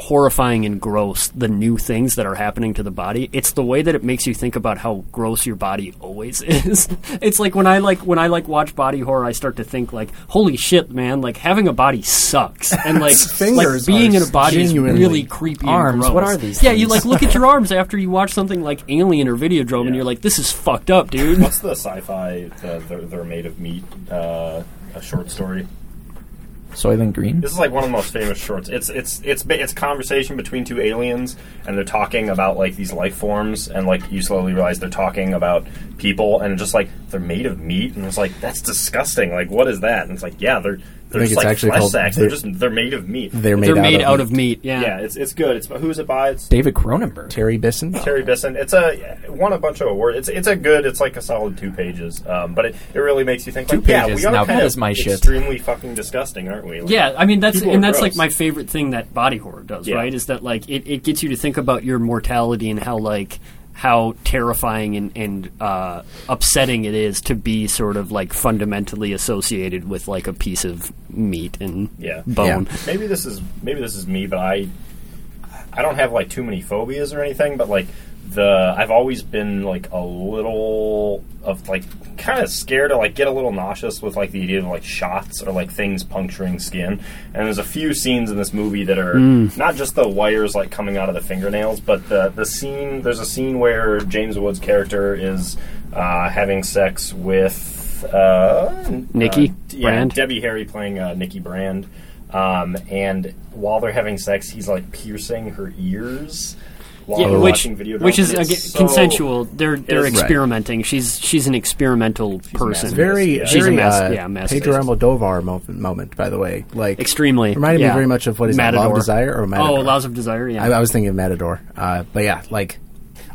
Speaker 5: horrifying and gross the new things that are happening to the body it's the way that it makes you think about how gross your body always is it's like when i like when i like watch body horror i start to think like holy shit man like having a body sucks and like like
Speaker 3: Fingers
Speaker 5: being
Speaker 3: are
Speaker 5: in a body is
Speaker 3: genuinely-
Speaker 5: really creepy and
Speaker 2: Arms,
Speaker 5: gross.
Speaker 2: what are these
Speaker 5: yeah you
Speaker 2: things?
Speaker 5: like look at your arms after you watch something like alien or videodrome and
Speaker 1: Yeah.
Speaker 5: you're like this is fucked up dude
Speaker 1: What's the sci-fi? The, they're, they're made of meat. Uh, a short story.
Speaker 2: Soylent Green.
Speaker 1: This is like one of the most famous shorts. It's it's it's ba- it's conversation between two aliens, and they're talking about like these life forms, and like you slowly realize they're talking about people, and just like they're made of meat, and it's like that's disgusting. Like what is that? And it's like yeah, they're they're
Speaker 3: think
Speaker 1: just
Speaker 3: it's
Speaker 1: like
Speaker 3: actually
Speaker 1: flesh
Speaker 3: called-
Speaker 1: sacks. They're
Speaker 3: they're-
Speaker 1: just they're made of meat.
Speaker 3: They're made,
Speaker 5: they're
Speaker 3: out,
Speaker 5: made
Speaker 3: of,
Speaker 5: out of meat yeah,
Speaker 1: yeah, it's it's good. It's who's it by? It's
Speaker 2: David Cronenberg.
Speaker 3: Terry Bisson.
Speaker 1: Terry Bisson. It's a it won a bunch of awards. It's it's a good. It's like a solid two pages. Um, but it, it really makes you think.
Speaker 2: Two
Speaker 1: like, yeah,
Speaker 2: pages.
Speaker 1: we are
Speaker 2: Now
Speaker 1: kind
Speaker 2: that
Speaker 1: of
Speaker 2: is my shit.
Speaker 1: Extremely fucking disgusting, aren't we? Like,
Speaker 5: Yeah, I mean that's
Speaker 1: People
Speaker 5: and
Speaker 1: are
Speaker 5: that's
Speaker 1: gross.
Speaker 5: like my favorite thing that body horror does,
Speaker 1: Yeah.
Speaker 5: right? Is that like it, it gets you to think about your mortality and how like how terrifying and, and uh, upsetting it is to be sort of like fundamentally associated with like a piece of meat and
Speaker 1: Yeah.
Speaker 5: bone.
Speaker 3: Yeah.
Speaker 1: maybe this is maybe this is me, but I I don't have like too many phobias or anything, but like the I've always been like a little of like kind of scared or like get a little nauseous with like the idea of like shots or like things puncturing skin. And there's a few scenes in this movie that are not just the wires like coming out of the fingernails, but the the scene there's a scene where James Woods' character is uh, having sex with uh,
Speaker 5: Nikki
Speaker 1: uh, yeah,
Speaker 5: Brand?
Speaker 1: Debbie Harry playing uh, Nikki Brand. Um, and while they're having sex, he's like piercing her ears while
Speaker 5: Yeah,
Speaker 1: they're
Speaker 5: which,
Speaker 1: watching video.
Speaker 5: which is
Speaker 1: games.
Speaker 5: again,
Speaker 1: It's so-
Speaker 5: consensual. They're they're
Speaker 1: is- Right.
Speaker 5: experimenting. She's she's an experimental person.
Speaker 1: masochist.
Speaker 3: very,
Speaker 1: She's
Speaker 5: a
Speaker 3: very
Speaker 5: mas-
Speaker 3: uh,
Speaker 5: yeah, masochist.
Speaker 3: Pedro Almodovar mo- moment, by the way. Like
Speaker 5: Extremely,
Speaker 3: reminded
Speaker 5: yeah.
Speaker 3: me very much of what is that, Law
Speaker 5: Matador.
Speaker 3: of Desire or Matador?
Speaker 5: Oh, Laws of Desire. Yeah,
Speaker 3: I, I was thinking of Matador, uh, but yeah, like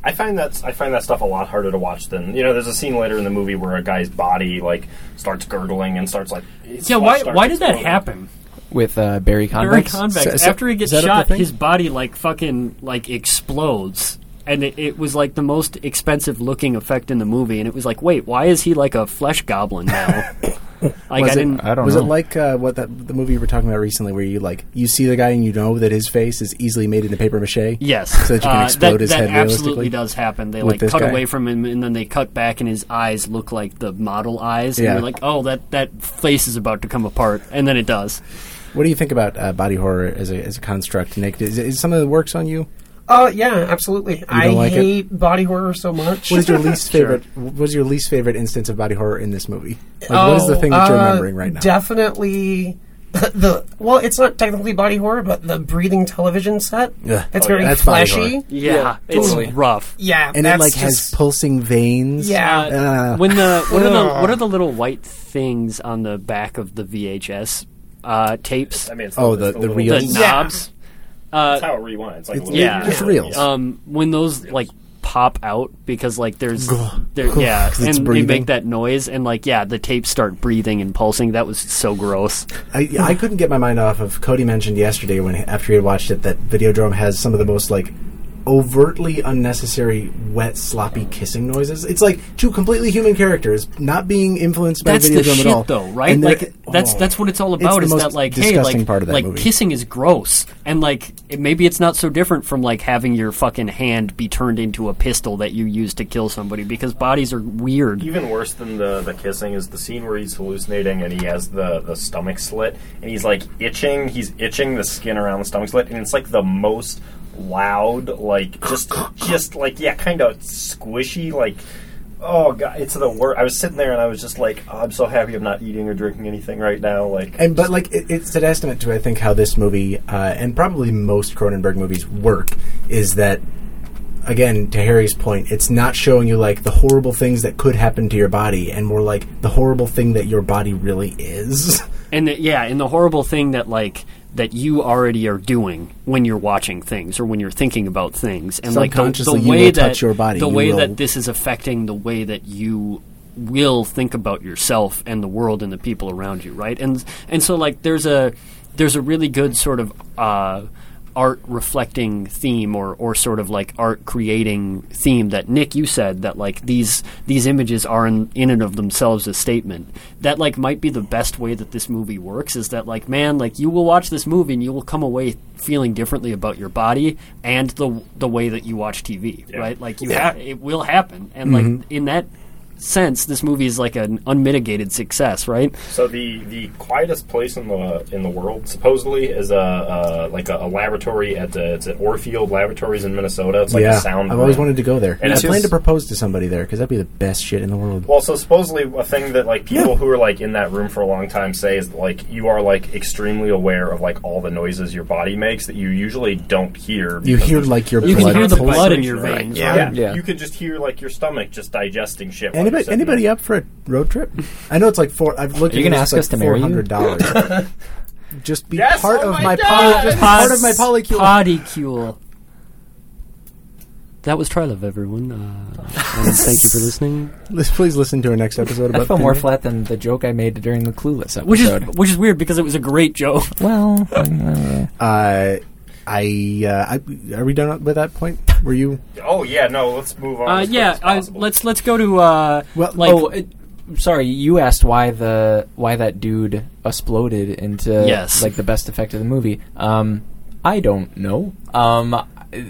Speaker 1: I find that I find that stuff a lot harder to watch than you know. There's a scene later in the movie where a guy's body like starts gurgling and starts like his
Speaker 5: yeah.
Speaker 1: flesh
Speaker 5: Why
Speaker 1: starts
Speaker 5: why did that
Speaker 1: exploding.
Speaker 5: happen?
Speaker 2: with uh, Barry Convex.
Speaker 5: Barry Convex.
Speaker 3: So- so-
Speaker 5: after he gets
Speaker 3: is that up
Speaker 5: shot,
Speaker 3: the thing?
Speaker 5: his body like fucking like explodes, and it, it was like the most expensive looking effect in the movie. And it was like, wait, why is he like a flesh goblin now? Like
Speaker 3: was
Speaker 5: I
Speaker 3: it,
Speaker 5: didn't.
Speaker 2: I don't
Speaker 3: was
Speaker 2: know.
Speaker 3: it like uh, what that the movie you were talking about recently, where you like you see the guy and you know that his face is easily made into paper mache?
Speaker 5: Yes,
Speaker 3: so that you can
Speaker 5: Uh,
Speaker 3: explode
Speaker 5: that,
Speaker 3: his
Speaker 5: that
Speaker 3: head
Speaker 5: absolutely
Speaker 3: realistically?
Speaker 5: does happen. They
Speaker 3: With
Speaker 5: like
Speaker 3: this
Speaker 5: cut
Speaker 3: guy?
Speaker 5: away from him, and then they cut back, and his eyes look like the model eyes.
Speaker 3: Yeah.
Speaker 5: And you're like, oh, that that face is about to come apart, and then it does.
Speaker 3: What do you think about uh, body horror as a as a construct, Nick? Is, is some of the works on you?
Speaker 6: Oh yeah, absolutely. I
Speaker 3: like it?
Speaker 6: hate body horror so much.
Speaker 3: What is your least favorite? What was your least favorite instance of body horror in this movie? Like, what is the
Speaker 6: Oh,
Speaker 3: thing that you're
Speaker 6: uh,
Speaker 3: remembering right now?
Speaker 6: Definitely the, well, it's not technically body horror, but the breathing television set.
Speaker 3: Ugh.
Speaker 6: It's
Speaker 3: Oh,
Speaker 6: very
Speaker 3: yeah. That's body horror.
Speaker 6: fleshy.
Speaker 5: Yeah,
Speaker 6: totally.
Speaker 5: it's rough.
Speaker 6: Yeah,
Speaker 3: and
Speaker 6: that's
Speaker 3: it like has
Speaker 6: just,
Speaker 3: pulsing veins.
Speaker 6: Yeah.
Speaker 5: Uh, when the what are the what are the little white things on the back of the VHS uh, tapes?
Speaker 1: I mean, it's
Speaker 3: Oh,
Speaker 1: it's
Speaker 3: the- the
Speaker 1: little-
Speaker 5: The
Speaker 3: reels.
Speaker 1: That's
Speaker 3: Yeah.
Speaker 5: knobs. Uh,
Speaker 1: how it rewinds. Like a
Speaker 3: It's-
Speaker 1: little-
Speaker 5: yeah.
Speaker 3: It's reels.
Speaker 5: um, when those like pop out because like there's there, yeah
Speaker 3: 'Cause it's
Speaker 5: and they
Speaker 3: breathing.
Speaker 5: make that noise and like yeah the tapes start breathing and pulsing that was so gross
Speaker 3: I, I couldn't get my mind off of Cody mentioned yesterday when after he had watched it that Videodrome has some of the most like overtly unnecessary wet sloppy kissing noises. It's like two completely human characters not being influenced by
Speaker 5: that's
Speaker 3: Videodrome
Speaker 5: the shit
Speaker 3: at all.
Speaker 5: though right
Speaker 3: And they're-
Speaker 5: like that's
Speaker 3: oh.
Speaker 5: that's what it's all
Speaker 3: It's
Speaker 5: about
Speaker 3: the
Speaker 5: is
Speaker 3: most
Speaker 5: that like hey
Speaker 3: disgusting
Speaker 5: like
Speaker 3: part of that
Speaker 5: like
Speaker 3: movie.
Speaker 5: kissing is gross and like it, maybe it's not so different from like having your fucking hand be turned into a pistol that you use to kill somebody because bodies are weird
Speaker 1: Even worse than the, the kissing is the scene where he's hallucinating and he has the, the stomach slit and he's like itching. He's itching the skin around the stomach slit and it's like the most loud, like just just like yeah, kind of squishy. Like oh god, it's the worst. I was sitting there and I was just like, oh, I'm so happy I'm not eating or drinking anything right now. Like
Speaker 3: and but like it, it's an estimate to I think how this movie uh, and probably most Cronenberg movies work is that again to Harry's point it's not showing you like the horrible things that could happen to your body and more like the horrible thing that your body really is.
Speaker 5: and the, yeah and the horrible thing that like that you already are doing when you're watching things or when you're thinking about things and like the, the
Speaker 3: Subconsciously, you
Speaker 5: way
Speaker 3: will
Speaker 5: that
Speaker 3: touch your body.
Speaker 5: the
Speaker 3: You
Speaker 5: way
Speaker 3: will-
Speaker 5: that this is affecting the way that you will think about yourself and the world and the people around you right and and so like there's a there's a really good sort of uh art reflecting theme or or sort of like art creating theme that Nick you said that like these these images are in, in and of themselves a statement that like might be the best way that this movie works is that like man like you will watch this movie and you will come away feeling differently about your body and the the way that you watch TV right like you ha- it will happen and
Speaker 1: Mm-hmm.
Speaker 5: like in that sense this movie is like an unmitigated success right
Speaker 1: So the, the quietest place in the in the world supposedly is a uh, like a, a laboratory at the it's at Orfield Laboratories in Minnesota. It's like
Speaker 3: yeah,
Speaker 1: a sound.
Speaker 3: I've always
Speaker 1: room.
Speaker 3: wanted to go there,
Speaker 1: And
Speaker 3: and I
Speaker 1: it's
Speaker 3: plan
Speaker 1: just-
Speaker 3: to propose to somebody there because that'd be the best shit in the world.
Speaker 1: Well, so supposedly a thing that like people who are like in that room for a long time say is like you are like extremely aware of like all the noises your body makes that you usually don't hear.
Speaker 3: you
Speaker 1: because
Speaker 3: hear
Speaker 1: there's-
Speaker 3: like your
Speaker 5: you
Speaker 3: blood
Speaker 5: can hear the
Speaker 3: pulsing.
Speaker 5: blood in your
Speaker 1: Right,
Speaker 5: veins
Speaker 1: Yeah.
Speaker 5: right?
Speaker 2: Yeah.
Speaker 1: you can just hear like your stomach just digesting shit. while you're
Speaker 3: Anybody,
Speaker 1: sitting
Speaker 3: anybody
Speaker 1: there.
Speaker 3: up for a road trip? I know it's like four. I've looked.
Speaker 2: Are you
Speaker 3: at
Speaker 2: gonna
Speaker 3: it,
Speaker 2: ask
Speaker 3: it's
Speaker 2: us to
Speaker 3: like
Speaker 2: marry you?
Speaker 3: dollars. just be
Speaker 1: Yes,
Speaker 3: part
Speaker 1: oh
Speaker 3: of
Speaker 1: my
Speaker 3: my,
Speaker 1: God!
Speaker 3: poly, just be part of my polycule.
Speaker 5: Podicule. That was Trilove, everyone. Uh, and thank you for listening.
Speaker 3: Lis- Please listen to our next episode about.
Speaker 2: I feel more
Speaker 3: Pinhead.
Speaker 2: flat than the joke I made during the Clueless episode.
Speaker 5: Which is which is weird because it was a great joke.
Speaker 2: well, uh,
Speaker 3: Uh, I, uh, I are we done with that point? Were you?
Speaker 1: Oh yeah, no. Let's move on.
Speaker 5: Uh,
Speaker 1: as quick
Speaker 5: yeah,
Speaker 1: as
Speaker 5: uh,
Speaker 1: possible.
Speaker 5: let's let's go to uh,
Speaker 3: Well,
Speaker 5: like
Speaker 2: oh, it, sorry. You asked why the why that dude exploded into
Speaker 5: Yes.
Speaker 2: like the best effect of the movie. Um, I don't know. Um,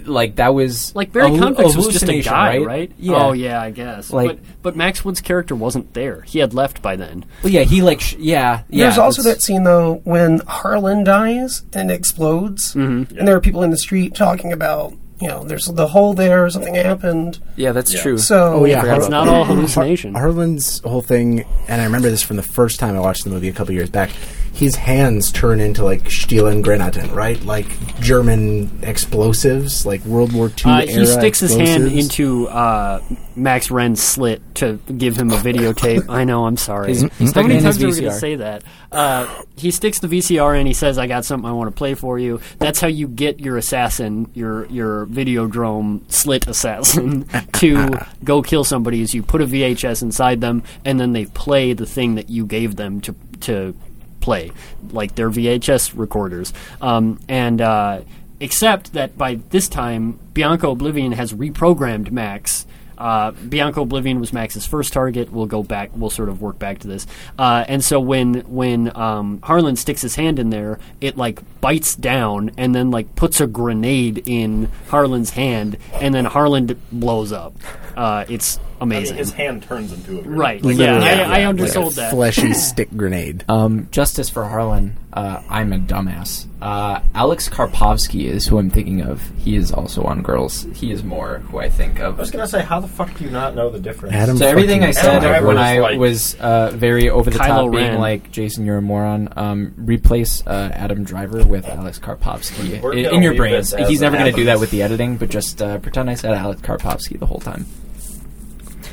Speaker 2: like that was
Speaker 5: like Barry
Speaker 2: a hallu-
Speaker 5: Convex was just a
Speaker 2: hallucination,
Speaker 5: guy, right?
Speaker 2: Yeah.
Speaker 5: Oh yeah, I guess.
Speaker 2: Like-
Speaker 5: but but Max Wood's character wasn't there. He had left by then.
Speaker 2: Well, yeah. He like sh- yeah. yeah
Speaker 6: There's also
Speaker 2: that's-
Speaker 6: that scene though when Harlan dies and explodes,
Speaker 3: Mm.
Speaker 5: Mm-hmm.
Speaker 6: and there are people in the street talking about you know there's the hole there, something happened.
Speaker 2: Yeah, that's
Speaker 1: Yeah.
Speaker 2: true.
Speaker 6: So
Speaker 3: Oh yeah,
Speaker 5: It's not all hallucination.
Speaker 3: Harlan's whole thing, and I remember this from the first time I watched the movie a couple years back. His hands turn into like steel and Granaten, right? Like German explosives, like World War II
Speaker 5: Uh,
Speaker 3: era.
Speaker 5: he sticks his hand
Speaker 3: explosives.
Speaker 5: into uh, Max Wren's slit to give him a videotape. I know, I'm sorry. How
Speaker 2: sticking
Speaker 5: many
Speaker 2: in his
Speaker 5: times are we going to
Speaker 2: VCR.
Speaker 5: say that? Uh, he sticks the VCR in. He says, "I got something I want to play for you." That's how you get your assassin, your your videodrome slit assassin, to go kill somebody. Is you put a VHS inside them, and then they play the thing that you gave them to to play, like their VHS recorders. Um, and uh, except that by this time, Bianca Oblivion has reprogrammed Max. uh, Uh, Bianco Oblivion was Max's first target. We'll go back. We'll sort of work back to this. Uh, and so when when um, Harlan sticks his hand in there, it like bites down and then like puts a grenade in Harlan's hand, and then Harlan d- blows up. Uh, it's
Speaker 1: I mean,
Speaker 5: amazing.
Speaker 1: his hand turns into a grenade.
Speaker 5: right? Yeah, I,
Speaker 3: Literally,
Speaker 5: I
Speaker 3: yeah,
Speaker 5: undersold
Speaker 3: like a
Speaker 5: that.
Speaker 3: Fleshy stick grenade.
Speaker 2: Um, justice for Harlan. Uh, I'm a dumbass. Uh, Alex Karpovsky is who I'm thinking of. He is also on Girls. He is more who I think of.
Speaker 1: I was gonna say, how the fuck do you not know the difference?
Speaker 3: Adam
Speaker 2: So everything I
Speaker 3: fucking
Speaker 2: said
Speaker 1: Driver
Speaker 2: when
Speaker 1: was
Speaker 2: I
Speaker 1: like-
Speaker 2: was uh, very over the
Speaker 5: Kylo
Speaker 2: top, being
Speaker 5: Ren.
Speaker 2: like, "Jason, you're a moron." Um, replace uh, Adam Driver with Alex Karpovsky
Speaker 1: We're
Speaker 2: i- in,
Speaker 1: gonna
Speaker 2: your
Speaker 1: leave
Speaker 2: brains.
Speaker 1: this as
Speaker 2: He's never
Speaker 1: it
Speaker 2: going to do that
Speaker 1: happens.
Speaker 2: with the editing, but just uh, pretend I said Alex Karpovsky the whole time.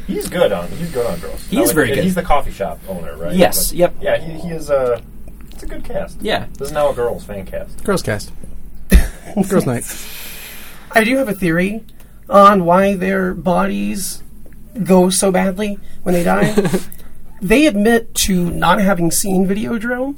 Speaker 1: He's good on. He's good on girls.
Speaker 2: He is
Speaker 1: like,
Speaker 2: very good.
Speaker 1: He's the coffee shop owner, right?
Speaker 2: Yes,
Speaker 1: But-
Speaker 2: yep.
Speaker 1: Yeah. He, he is a. It's a good cast.
Speaker 2: Yeah.
Speaker 1: This is now a girls fan cast.
Speaker 3: Girls cast. Girls night.
Speaker 6: I do have a theory on why their bodies go so badly when they die. they admit to not having seen Videodrome,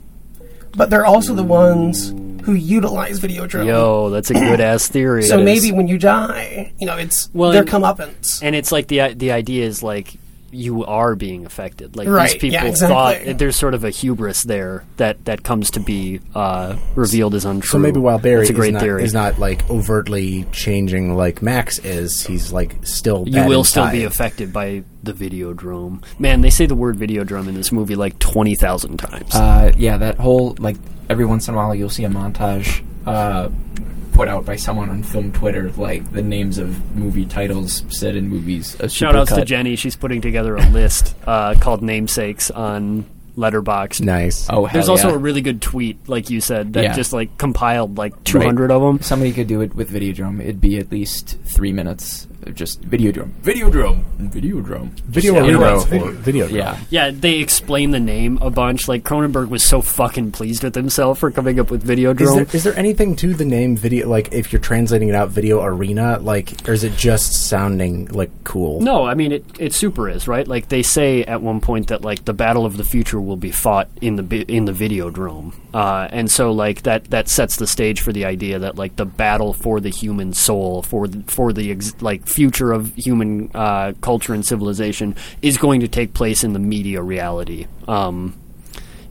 Speaker 6: but they're also the ones who utilize Videodrome.
Speaker 5: Yo, that's a good ass theory.
Speaker 6: so
Speaker 5: That is-
Speaker 6: maybe when you die, you know, it's
Speaker 5: Well,
Speaker 6: their
Speaker 5: and-
Speaker 6: comeuppance.
Speaker 5: and it's like the the idea is like you are being affected. Like
Speaker 6: Right,
Speaker 5: these people
Speaker 6: yeah, exactly.
Speaker 5: thought there's sort of a hubris there that that comes to be uh, revealed as untrue.
Speaker 3: So maybe while Barry
Speaker 5: That's a great
Speaker 3: is, not,
Speaker 5: theory.
Speaker 3: is not like overtly changing like Max is, he's like still.
Speaker 5: you
Speaker 3: bad
Speaker 5: will still
Speaker 3: inside.
Speaker 5: be affected by the video drum. Man, they say the word video drum in this movie like twenty thousand times.
Speaker 2: Uh, yeah, that whole like every once in a while you'll see a montage uh, put out by someone on film Twitter, like the names of movie titles said in movies. A
Speaker 5: Shout outs to
Speaker 2: supercut.
Speaker 5: Jenny. She's putting together a list uh, called namesakes on Letterboxd.
Speaker 3: nice.
Speaker 2: Oh, hell
Speaker 5: There's also
Speaker 2: yeah.
Speaker 5: a really good tweet, like you said, that
Speaker 2: Yeah.
Speaker 5: just like compiled like 200 of them.
Speaker 2: Somebody could do it with Videodrome. It'd be at least three minutes. of Just Videodrome. Videodrome. Videodrome.
Speaker 3: video
Speaker 2: Just-
Speaker 3: reroll.
Speaker 1: video.
Speaker 3: Video.
Speaker 2: Yeah.
Speaker 5: Yeah, they explain the name a bunch. Like Cronenberg was so fucking pleased with himself for coming up
Speaker 3: Is
Speaker 5: with
Speaker 3: there,
Speaker 5: Videodrome.
Speaker 3: is there anything to the name video? Like, if you're translating it out, video arena, like, or is it just sounding like cool?
Speaker 5: No, I mean it. It super is right. Like they say at one point that like the battle of the future will be fought in the bi- in the Videodrome, uh, and so like that that sets the stage for the idea that like the battle for the human soul for the, for the ex- like future of human uh, culture and civilization is going to take place in the media reality. Um,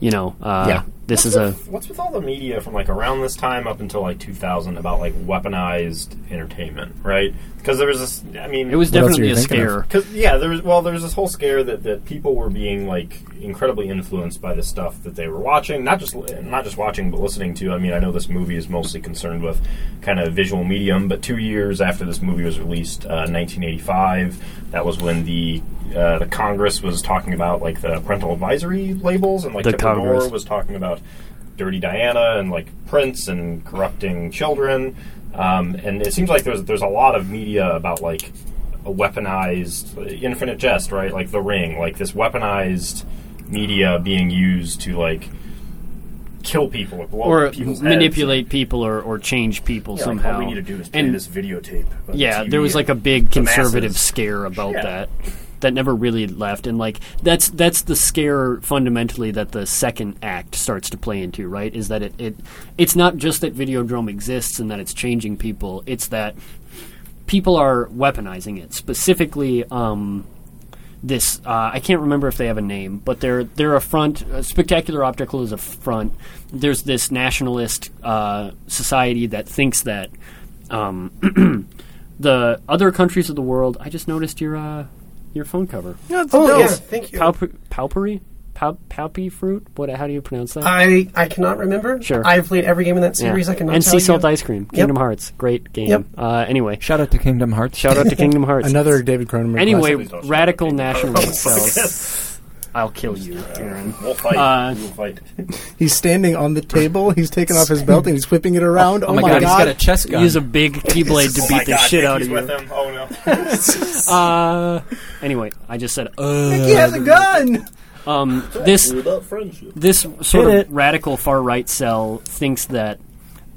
Speaker 5: you know, uh,
Speaker 3: Yeah.
Speaker 5: this is
Speaker 1: What's
Speaker 5: a
Speaker 1: with- What's with all the media from like around this time up until like 2000 about like weaponized entertainment, right? Because there was this. I mean,
Speaker 5: it was
Speaker 3: What else are
Speaker 5: definitely
Speaker 3: you
Speaker 5: a
Speaker 3: thinking of?
Speaker 5: scare.
Speaker 1: Cause yeah, there was well, there was this whole scare that, that people were being like incredibly influenced by the stuff that they were watching, not just not just watching but listening to. I mean, I know this movie is mostly concerned with kind of visual medium, but two years after this movie was released, uh, 1985, that was when the uh, the Congress was talking about like the parental advisory labels and like
Speaker 5: The
Speaker 1: Tipper Gore
Speaker 5: Congress.
Speaker 1: was talking about Dirty Diana and like Prince and corrupting children. Um, and it seems like there's there's a lot of media about like a weaponized infinite jest, right? Like the ring, like this weaponized media being used to like kill people or, blow
Speaker 5: or
Speaker 1: people's heads.
Speaker 5: manipulate people or, or change people
Speaker 1: Yeah, like,
Speaker 5: somehow.
Speaker 1: all we need to do is play
Speaker 5: and
Speaker 1: this videotape. on
Speaker 5: yeah,
Speaker 1: TV
Speaker 5: there was
Speaker 1: and
Speaker 5: like a big
Speaker 1: the
Speaker 5: conservative
Speaker 1: masses.
Speaker 5: scare about
Speaker 1: Yeah.
Speaker 5: that that never really left, and like that's that's the scare fundamentally that the second act starts to play into, right? Is that it, it it's not just that Videodrome exists and that it's changing people; it's that people are weaponizing it specifically. Um, this uh, I can't remember if they have a name, but they're they're a front. Uh, Spectacular Optical is a front. There's this nationalist uh, society that thinks that um, the other countries of the world. I just noticed your uh, your phone cover.
Speaker 6: oh, yeah, thank you.
Speaker 5: Palp- palpery, Pal- palpy fruit. What? How do you pronounce that?
Speaker 6: I, I cannot remember.
Speaker 5: Sure.
Speaker 6: I've played every game in that
Speaker 5: Yeah.
Speaker 6: series. I cannot
Speaker 5: and
Speaker 6: tell
Speaker 5: sea salt
Speaker 6: you.
Speaker 5: ice cream. Kingdom Hearts, great game.
Speaker 6: Yep.
Speaker 5: Uh, anyway,
Speaker 2: Shout out to Kingdom Hearts.
Speaker 5: shout out to Kingdom Hearts.
Speaker 3: Another David Cronenberg.
Speaker 5: anyway,
Speaker 3: classic.
Speaker 1: don't shout
Speaker 5: radical
Speaker 1: out to Kingdom
Speaker 5: nationalist cells. I'll kill you, Aaron.
Speaker 1: Oh, We'll fight.
Speaker 5: Uh,
Speaker 1: we'll fight.
Speaker 3: he's standing on the table. He's taking off his belt and he's whipping it around. Oh,
Speaker 2: Oh my god, he's got a chess gun.
Speaker 5: Use a big keyblade to
Speaker 1: Oh my
Speaker 5: beat the
Speaker 1: God,
Speaker 5: shit out
Speaker 1: Mickey's
Speaker 5: of
Speaker 1: with
Speaker 5: you.
Speaker 1: him. Oh no!
Speaker 5: Uh, anyway, I just said uh,
Speaker 3: he has a gun.
Speaker 5: um, this
Speaker 1: about friendship.
Speaker 5: this sort
Speaker 3: Hit
Speaker 5: of
Speaker 3: it.
Speaker 5: radical far right cell thinks that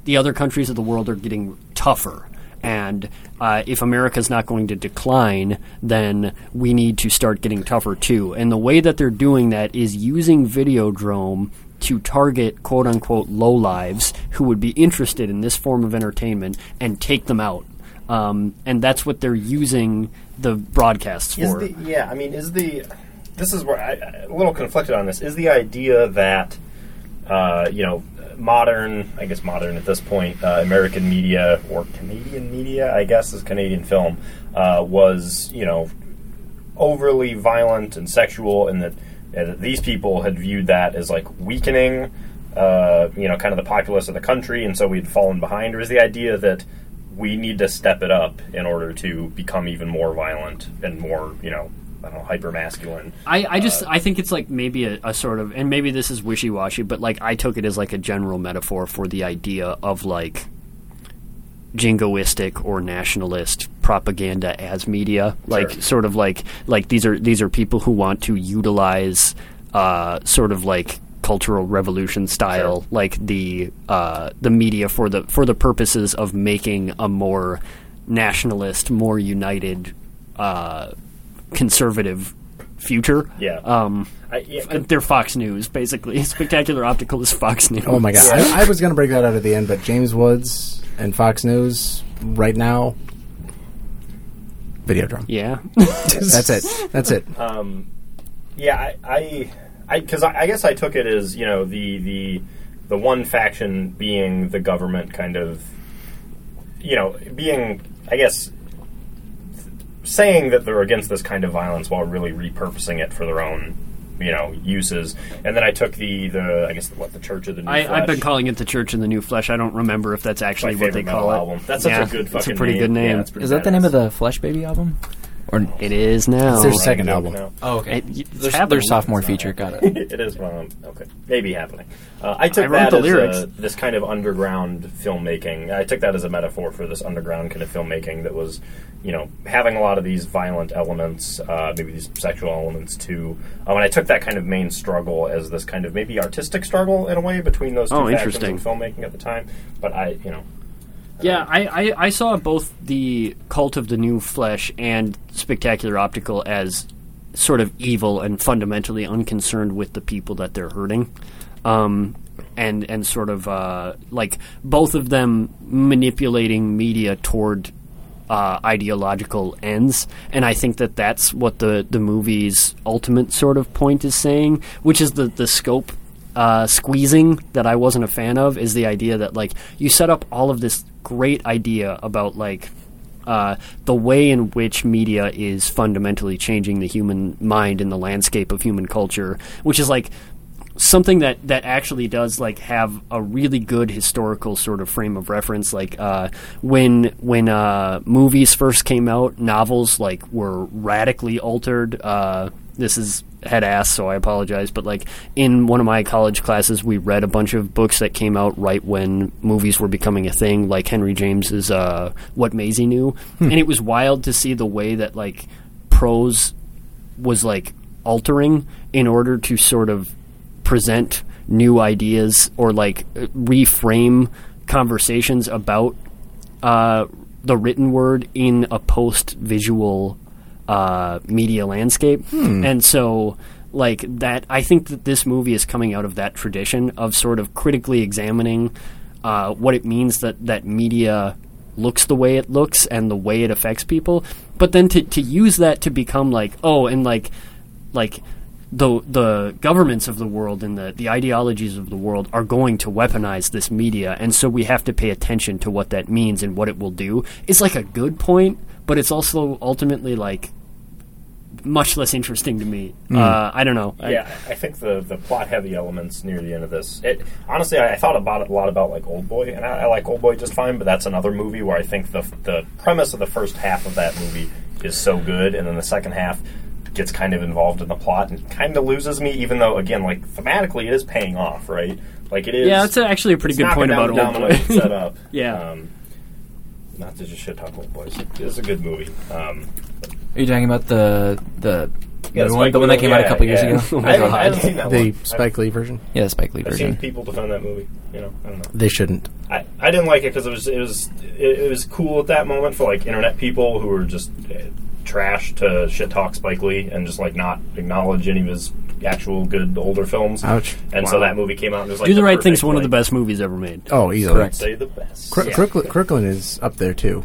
Speaker 5: the other countries of the world are getting tougher. And uh, if America's not going to decline, then we need to start getting tougher too. And the way that they're doing that is using Videodrome to target quote unquote lowlives who would be interested in this form of entertainment and take them out. um, and that's what they're using the broadcasts
Speaker 1: Is
Speaker 5: for.
Speaker 1: the, yeah, I mean, is the this is where I, I'm a little conflicted on this. Is the idea that uh, you know modern, I guess modern at this point, uh, American media or Canadian media, I guess, is Canadian film uh, was you know overly violent and sexual, and that and that these people had viewed that as like weakening, uh, you know, kind of the populace of the country, and so we'd fallen behind. Or is the idea that we need to step it up in order to become even more violent and more, you know, I don't know, hyper masculine?
Speaker 5: I, I just I think it's like maybe a, a sort of and maybe this is wishy washy, but like I took it as like a general metaphor for the idea of like jingoistic or nationalist propaganda as media. Like
Speaker 1: Sure.
Speaker 5: sort of like like these are these are people who want to utilize uh, sort of like cultural revolution style
Speaker 1: Sure.
Speaker 5: like the uh, the media for the for the purposes of making a more nationalist, more united uh, conservative future.
Speaker 1: Yeah.
Speaker 5: Um,
Speaker 1: I, yeah,
Speaker 5: they're Fox News, basically. Spectacular Optical is Fox News.
Speaker 3: Oh my god! I, I was going to break that out at the end, but James Woods and Fox News right now. Videodrome.
Speaker 5: Yeah.
Speaker 3: That's it. That's it.
Speaker 1: yeah, I, I, because I, I, guess I took it as you know the the the one faction being the government, kind of, you know, being I guess saying that they're against this kind of violence while really repurposing it for their own, you know, uses. And then I took the the I guess what the Church of the New
Speaker 5: I, I've been
Speaker 1: Flesh.
Speaker 5: calling it the Church in the New Flesh. I don't remember if that's
Speaker 1: my
Speaker 5: actually
Speaker 1: favorite
Speaker 5: what they
Speaker 1: metal
Speaker 5: call it.
Speaker 1: album. That's such
Speaker 5: Yeah,
Speaker 1: a good fucking.
Speaker 5: It's a pretty good
Speaker 1: Yeah,
Speaker 5: name.
Speaker 1: it's pretty
Speaker 2: Is that the name
Speaker 1: badass.
Speaker 2: of the Flesh Baby album? Or
Speaker 5: it is now.
Speaker 3: It's their second album.
Speaker 1: No.
Speaker 2: oh,
Speaker 5: okay. It- it's
Speaker 2: their,
Speaker 5: happening.
Speaker 2: their sophomore feature. Got it.
Speaker 1: it is well, okay, maybe happening. Uh, I took
Speaker 5: I wrote
Speaker 1: that
Speaker 5: the
Speaker 1: as
Speaker 5: lyrics.
Speaker 1: A, this kind of underground filmmaking. I took that as a metaphor for this underground kind of filmmaking that was, you know, having a lot of these violent elements, uh, maybe these sexual elements too. Um, and I took that kind of main struggle as this kind of maybe artistic struggle in a way between those two
Speaker 5: Oh,
Speaker 1: factions
Speaker 5: interesting.
Speaker 1: in filmmaking at the time. But I, you know,
Speaker 5: Yeah, I, I, I saw both the Cult of the New Flesh and Spectacular Optical as sort of evil and fundamentally unconcerned with the people that they're hurting. Um, and, and sort of uh, like both of them manipulating media toward uh, ideological ends. And I think that that's what the, the movie's ultimate sort of point is saying, which is the, the scope uh, squeezing that I wasn't a fan of is the idea that like you set up all of this great idea about like uh, the way in which media is fundamentally changing the human mind and the landscape of human culture, which is like something that, that actually does like have a really good historical sort of frame of reference like uh, when when uh, movies first came out novels like were radically altered uh, this is head ass so i apologize but like in one of my college classes we read a bunch of books that came out right when movies were becoming a thing like henry james's uh, what maisie knew and it was wild to see the way that like prose was like altering in order to sort of present new ideas or like uh, reframe conversations about uh, the written word in a post visual uh, media landscape. And so, like, that, I think that this movie is coming out of that tradition of sort of critically examining uh, what it means that, that media looks the way it looks and the way it affects people. But then to, to use that to become like, oh, and like, like, the the governments of the world and the, the ideologies of the world are going to weaponize this media and so we have to pay attention to what that means and what it will do It's like a good point but it's also ultimately like much less interesting to me uh, i don't know I-
Speaker 1: yeah, I think the the plot heavy elements near the end of this. It honestly, I, I thought about it a lot about like Old Boy, and I, I like Old Boy just fine, but that's another movie where I think the the premise of the first half of that movie is so good, and then the second half gets kind of involved in the plot and kind of loses me. Even though, again, like thematically, it is paying off, right? Like it is.
Speaker 5: yeah that's actually a pretty
Speaker 1: it's
Speaker 5: good
Speaker 1: knocking
Speaker 5: point
Speaker 1: down
Speaker 5: about
Speaker 1: the
Speaker 5: old
Speaker 1: dominoes
Speaker 5: boy
Speaker 1: it's set up.
Speaker 5: Yeah.
Speaker 1: Um, not to just shit talk Old Boys. It's a good movie. Um,
Speaker 2: Are you talking about the the
Speaker 1: yeah,
Speaker 2: the,
Speaker 1: Spike
Speaker 2: one, the one that
Speaker 1: Lee-
Speaker 2: came out a
Speaker 1: yeah,
Speaker 2: couple years
Speaker 1: yeah.
Speaker 2: ago? Oh
Speaker 1: I haven't, I haven't seen that
Speaker 3: The
Speaker 1: one. I've-
Speaker 3: Spike Lee version.
Speaker 2: yeah, the Spike Lee
Speaker 1: I've seen
Speaker 2: version.
Speaker 1: people defend that movie. You know, I don't know.
Speaker 3: They shouldn't.
Speaker 1: I, I didn't like it because it was it was it, it was cool at that moment for like internet people who were just uh, trash to shit talk Spike Lee and just like not acknowledge any of his actual good older films.
Speaker 3: Ouch.
Speaker 1: And so that movie came out and it was like
Speaker 5: do the, right
Speaker 1: perfect,
Speaker 5: thing's one of
Speaker 1: like,
Speaker 5: the best movies ever made
Speaker 3: Oh, easily.
Speaker 2: Correct.
Speaker 1: Say the best.
Speaker 3: Cro-
Speaker 1: Yeah.
Speaker 3: Crooklyn, Crooklyn is up there too.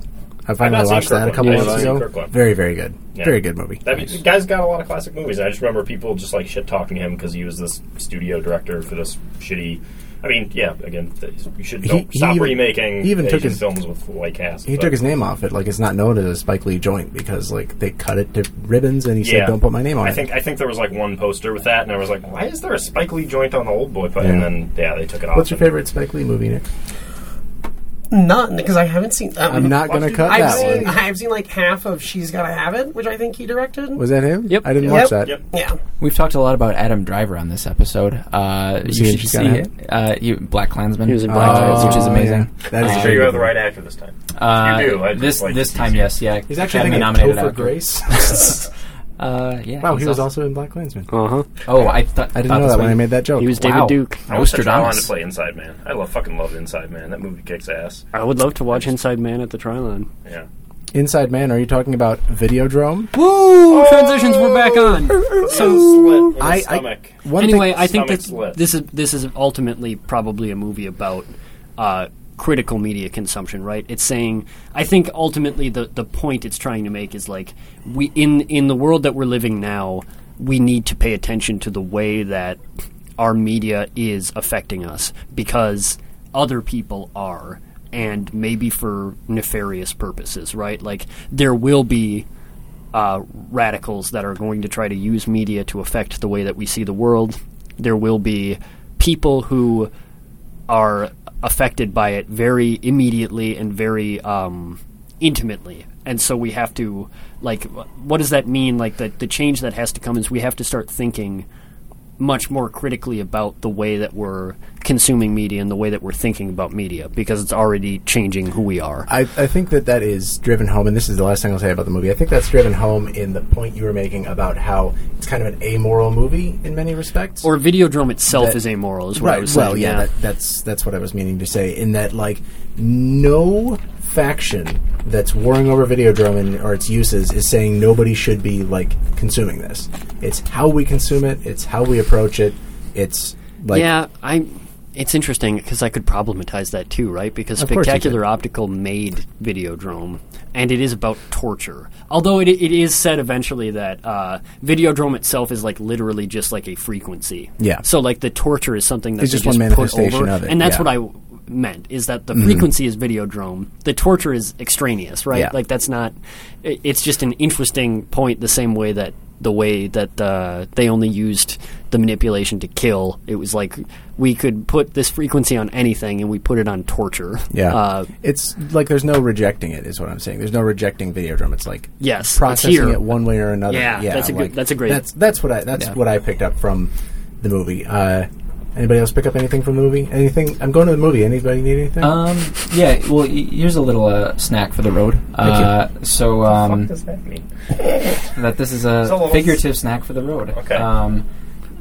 Speaker 3: I finally
Speaker 1: not seen
Speaker 3: watched that a
Speaker 1: Kirkland.
Speaker 3: couple
Speaker 1: Yeah, I've
Speaker 3: months
Speaker 1: seen
Speaker 3: ago.
Speaker 1: Kirkland.
Speaker 3: Very, very good.
Speaker 1: Yeah.
Speaker 3: Very good movie.
Speaker 1: That the guy's got a lot of classic movies. I just remember people just like shit talking him because he was this studio director for this shitty. I mean, yeah. Again, th- you should don't
Speaker 3: He- he
Speaker 1: stop
Speaker 3: even-
Speaker 1: remaking
Speaker 3: he even took
Speaker 1: Asian
Speaker 3: his-
Speaker 1: films with white cast.
Speaker 3: He
Speaker 1: but-
Speaker 3: took his name off it. Like it's not known as a Spike Lee joint because like they cut it to ribbons, and he said, "Don't put my name on
Speaker 1: I
Speaker 3: it."
Speaker 1: think I think there was like one poster with that, and I was like, why is there a Spike Lee joint on the old boy? But and
Speaker 3: Yeah.
Speaker 1: then yeah, they took it off.
Speaker 3: What's your
Speaker 1: and-
Speaker 3: favorite Spike Lee movie? Nick?
Speaker 6: None because I haven't seen. Um,
Speaker 3: I'm not going to
Speaker 1: Watch
Speaker 3: cut
Speaker 6: I've
Speaker 3: that
Speaker 6: seen.
Speaker 3: one.
Speaker 6: I've seen like half of She's Gotta Have It, which I think he directed.
Speaker 3: Was that him?
Speaker 5: Yep.
Speaker 3: I didn't
Speaker 6: Yep.
Speaker 3: watch that.
Speaker 1: Yep.
Speaker 6: yeah.
Speaker 2: We've talked a lot about Adam Driver on this episode. Uh,
Speaker 3: Was
Speaker 2: you
Speaker 3: he in
Speaker 2: should
Speaker 3: She's
Speaker 2: see
Speaker 3: Gotta Have
Speaker 2: it. Uh, you, Black Klansman.
Speaker 5: He was in Black
Speaker 2: uh,
Speaker 5: Klansman.
Speaker 2: which is amazing.
Speaker 3: Oh, yeah. That is
Speaker 1: Make
Speaker 3: a
Speaker 1: sure you
Speaker 3: very
Speaker 1: have
Speaker 3: good
Speaker 1: the
Speaker 3: one.
Speaker 1: right actor this time.
Speaker 2: Uh,
Speaker 1: you do. I just,
Speaker 2: this
Speaker 1: like,
Speaker 2: this
Speaker 1: it's
Speaker 2: time,
Speaker 1: easy.
Speaker 2: yes, yeah.
Speaker 3: He's actually
Speaker 2: Academy
Speaker 3: thinking
Speaker 2: nominated
Speaker 3: of Topher
Speaker 2: actor.
Speaker 3: Grace.
Speaker 2: Uh, yeah.
Speaker 3: wow, he
Speaker 2: he's
Speaker 3: was also in Black Klansman.
Speaker 5: Uh huh.
Speaker 2: Oh, I thought
Speaker 3: I didn't
Speaker 2: thought
Speaker 3: know
Speaker 2: this
Speaker 3: that when
Speaker 2: one-
Speaker 3: I made that joke.
Speaker 5: He was David
Speaker 2: Wow.
Speaker 5: Duke.
Speaker 1: I was such a
Speaker 2: Nostradamus.
Speaker 1: on to play Inside Man. I love fucking loved Inside Man. That movie kicks ass.
Speaker 5: I would love to watch Inside Man at the Trilon.
Speaker 1: Yeah.
Speaker 3: Inside Man. Are you talking about Videodrome?
Speaker 5: Woo! Transitions. We're back on.
Speaker 1: Slit in the
Speaker 3: I- I-
Speaker 1: stomach.
Speaker 3: One
Speaker 5: anyway,
Speaker 3: thing,
Speaker 5: I think that
Speaker 1: stomach's lit.
Speaker 5: this is this is ultimately probably a movie about uh, critical media consumption, right? It's saying I think ultimately the the point it's trying to make is like we in in the world that we're living now, we need to pay attention to the way that our media is affecting us because other people are and maybe for nefarious purposes, right? Like there will be uh, radicals that are going to try to use media to affect the way that we see the world. There will be people who are affected by it very immediately and very um, intimately. And so we have to, like, wh- what does that mean? Like, the, the change that has to come is we have to start thinking much more critically about the way that we're consuming media and the way that we're thinking about media because it's already changing who we are.
Speaker 3: I, I think that that is driven home, and this is the last thing I'll say about the movie. I think that's driven home in the point you were making about how it's kind of an amoral movie in many respects.
Speaker 5: or Videodrome itself
Speaker 3: That-
Speaker 5: is amoral, is what I
Speaker 3: right.
Speaker 5: was saying.
Speaker 3: Well, yeah, That, that's that's what I was meaning to say. In that, like, no faction that's warring over Videodrome and, or its uses is saying nobody should be like consuming this. It's how we consume it. It's how we approach it. It's like
Speaker 5: yeah, I. It's interesting because I could problematize that too, right? Because
Speaker 3: Of course you
Speaker 5: Spectacular
Speaker 3: could.
Speaker 5: Optical made Videodrome, and it is about torture. Although it, it is said eventually that uh, Videodrome itself is like literally just like a frequency.
Speaker 3: Yeah.
Speaker 5: So like the torture is something that
Speaker 3: It's
Speaker 5: they
Speaker 3: just one manifestation
Speaker 5: put over,
Speaker 3: of it,
Speaker 5: and that's
Speaker 3: yeah.
Speaker 5: what I w- meant is that the frequency is Videodrome. The torture is extraneous, right?
Speaker 3: Yeah.
Speaker 5: Like that's not. i it's just an interesting point. The same way that the way that uh, they only used the manipulation to kill, it was like we could put this frequency on anything, and we put it on torture.
Speaker 3: Yeah,
Speaker 5: Uh,
Speaker 3: it's like there's no rejecting it. Is what I'm saying. There's no rejecting Videodrome. It's like
Speaker 5: Yes, it's
Speaker 3: processing
Speaker 5: here.
Speaker 3: it one way or another.
Speaker 5: Yeah, that's a good-
Speaker 3: like,
Speaker 5: that's a great-
Speaker 3: That's that's what I that's
Speaker 2: Yeah.
Speaker 3: what I picked up from the movie. Uh, anybody else pick up anything from the movie? Anything? I'm going to the movie. Anybody need anything?
Speaker 2: Um, yeah, well, y- here's a little uh, snack for the road. Uh, so, um,
Speaker 1: What does that mean?
Speaker 2: that this is
Speaker 1: It's a
Speaker 2: a
Speaker 1: little-
Speaker 2: figurative snack for the road.
Speaker 1: Okay.
Speaker 2: Um,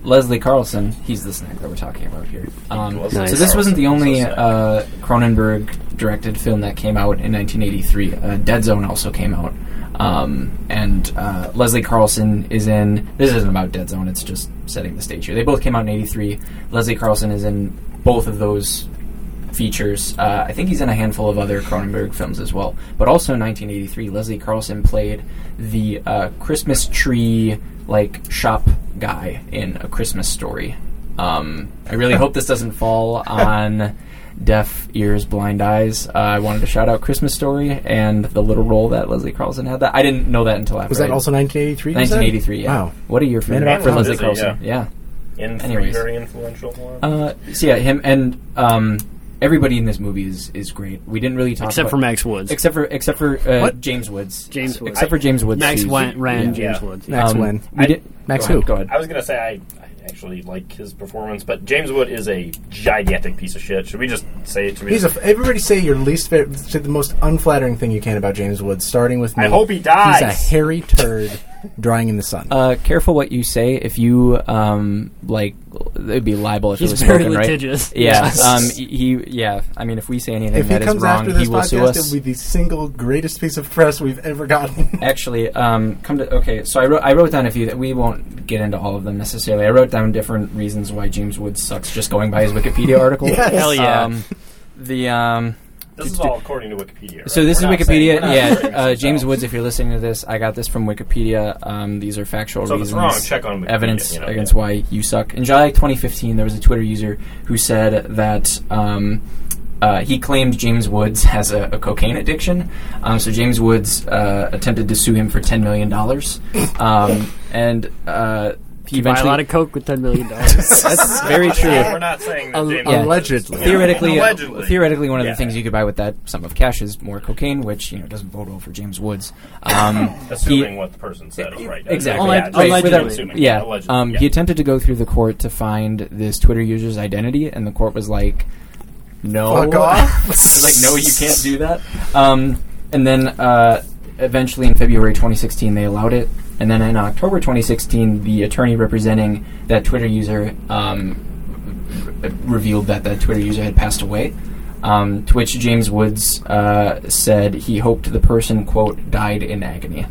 Speaker 2: Leslie Carlson, he's the snack that we're talking about here. Um,
Speaker 1: Leslie
Speaker 2: So this wasn't the
Speaker 1: Carlson
Speaker 2: only
Speaker 1: is a snack.
Speaker 2: uh, Cronenberg directed film that came out in 1983. Uh, Dead Zone also came out, um, and uh, Leslie Carlson is in. This isn't about Dead Zone. It's just setting the stage here. They both came out in '83. Leslie Carlson is in both of those features. Uh, I think he's in a handful of other Cronenberg films as well. But also in 1983, Leslie Carlson played the uh, Christmas tree like shop guy in A Christmas Story. Um, I really hope this doesn't fall on deaf ears, blind eyes. Uh, I wanted to shout out Christmas Story and the little role that Leslie Carlson had. That I didn't know that until after.
Speaker 3: was that
Speaker 2: I-
Speaker 3: also 1983? you said?
Speaker 2: 1983? Yeah.
Speaker 3: Wow.
Speaker 2: What a year for,
Speaker 3: Man about
Speaker 2: for
Speaker 3: town,
Speaker 2: Leslie
Speaker 1: busy,
Speaker 2: Carlson. yeah.
Speaker 1: In three
Speaker 2: Anyways.
Speaker 1: very influential. ones.
Speaker 2: Uh, so yeah, him and um, everybody in this movie is, is great. We didn't really talk
Speaker 5: except
Speaker 2: about-
Speaker 5: for Max Woods,
Speaker 2: except for except for uh,
Speaker 3: What?
Speaker 2: James Woods,
Speaker 5: James Woods.
Speaker 2: except for James Woods,
Speaker 5: Max
Speaker 2: who's-
Speaker 5: Wan- Ran,
Speaker 2: yeah.
Speaker 5: James
Speaker 1: Yeah.
Speaker 5: Woods.
Speaker 3: Max
Speaker 2: Um,
Speaker 3: Wen.
Speaker 2: we did-
Speaker 3: Max
Speaker 2: go ahead,
Speaker 3: who?
Speaker 2: go ahead.
Speaker 1: I was gonna say I, I actually like his performance, but James Wood is a gigantic piece of shit. Should we just say it? Should we
Speaker 3: He's a
Speaker 1: just,
Speaker 3: f- everybody say your least favorite, say the most unflattering thing you can about James Woods, starting with me.
Speaker 1: I hope he dies.
Speaker 3: He's a hairy turd drying in the sun.
Speaker 2: Uh, careful what you say. If you um, like, it'd be libel if
Speaker 5: He's
Speaker 2: it was
Speaker 5: very
Speaker 2: spoken, right?
Speaker 5: litigious.
Speaker 2: Yeah.
Speaker 3: Yes.
Speaker 2: um, he. Yeah. I mean, if we say anything
Speaker 3: if he
Speaker 2: that is
Speaker 3: comes
Speaker 2: wrong,
Speaker 3: after this
Speaker 2: he will sue
Speaker 3: podcast,
Speaker 2: us.
Speaker 3: it'll be the single greatest piece of press we've ever gotten.
Speaker 2: actually um, come to okay so I wrote, I wrote down a few that we won't get into all of them necessarily i wrote down different reasons why james woods sucks just going by his wikipedia article
Speaker 3: Yes. Hell
Speaker 5: yeah.
Speaker 2: um, the um,
Speaker 1: This is all according to Wikipedia. right?
Speaker 2: So this
Speaker 1: We're
Speaker 2: is
Speaker 1: not saying-
Speaker 2: Wikipedia.
Speaker 1: we're not
Speaker 2: yeah,
Speaker 1: saying
Speaker 2: uh,
Speaker 1: this
Speaker 2: James
Speaker 1: ourselves.
Speaker 2: Woods, if you're listening to this, I got this from Wikipedia. Um, these are factual
Speaker 1: So if it's
Speaker 2: reasons,
Speaker 1: wrong, check on Wikipedia,
Speaker 2: evidence
Speaker 1: you know,
Speaker 2: against
Speaker 1: yeah.
Speaker 2: why you suck. In July 2015, there was a Twitter user who said that. Um, uh, he claimed James Woods has a, a cocaine addiction, um, so James Woods uh, attempted to sue him for ten million dollars, um, and uh, he
Speaker 5: Buy a
Speaker 2: eventually.
Speaker 5: lot of coke with ten million dollars.
Speaker 2: that's very true.
Speaker 1: We're not saying that
Speaker 5: Al-
Speaker 1: James
Speaker 2: yeah.
Speaker 3: Allegedly.
Speaker 2: theoretically, uh,
Speaker 1: Yeah, allegedly.
Speaker 2: theoretically, one of
Speaker 1: Yeah.
Speaker 2: the things you could buy with that sum of cash is more cocaine, which you know doesn't bode well for James Woods. Um,
Speaker 1: assuming
Speaker 2: he-
Speaker 1: what the person said is right.
Speaker 2: Exactly.
Speaker 1: Yeah, just
Speaker 5: Alleg-
Speaker 1: assuming.
Speaker 5: allegedly.
Speaker 1: Assuming.
Speaker 2: yeah,
Speaker 1: Allegedly.
Speaker 2: um,
Speaker 1: yeah.
Speaker 2: he attempted to go through the court to find this Twitter user's identity, and the court was like, "No,
Speaker 3: Fuck off.
Speaker 2: It's like, no, you can't do that. Um, and then uh, eventually in February 2016, they allowed it. And then in October 2016, the attorney representing that Twitter user um, r- revealed that that Twitter user had passed away. Um, to which James Woods uh, said he hoped the person, quote, died in agony.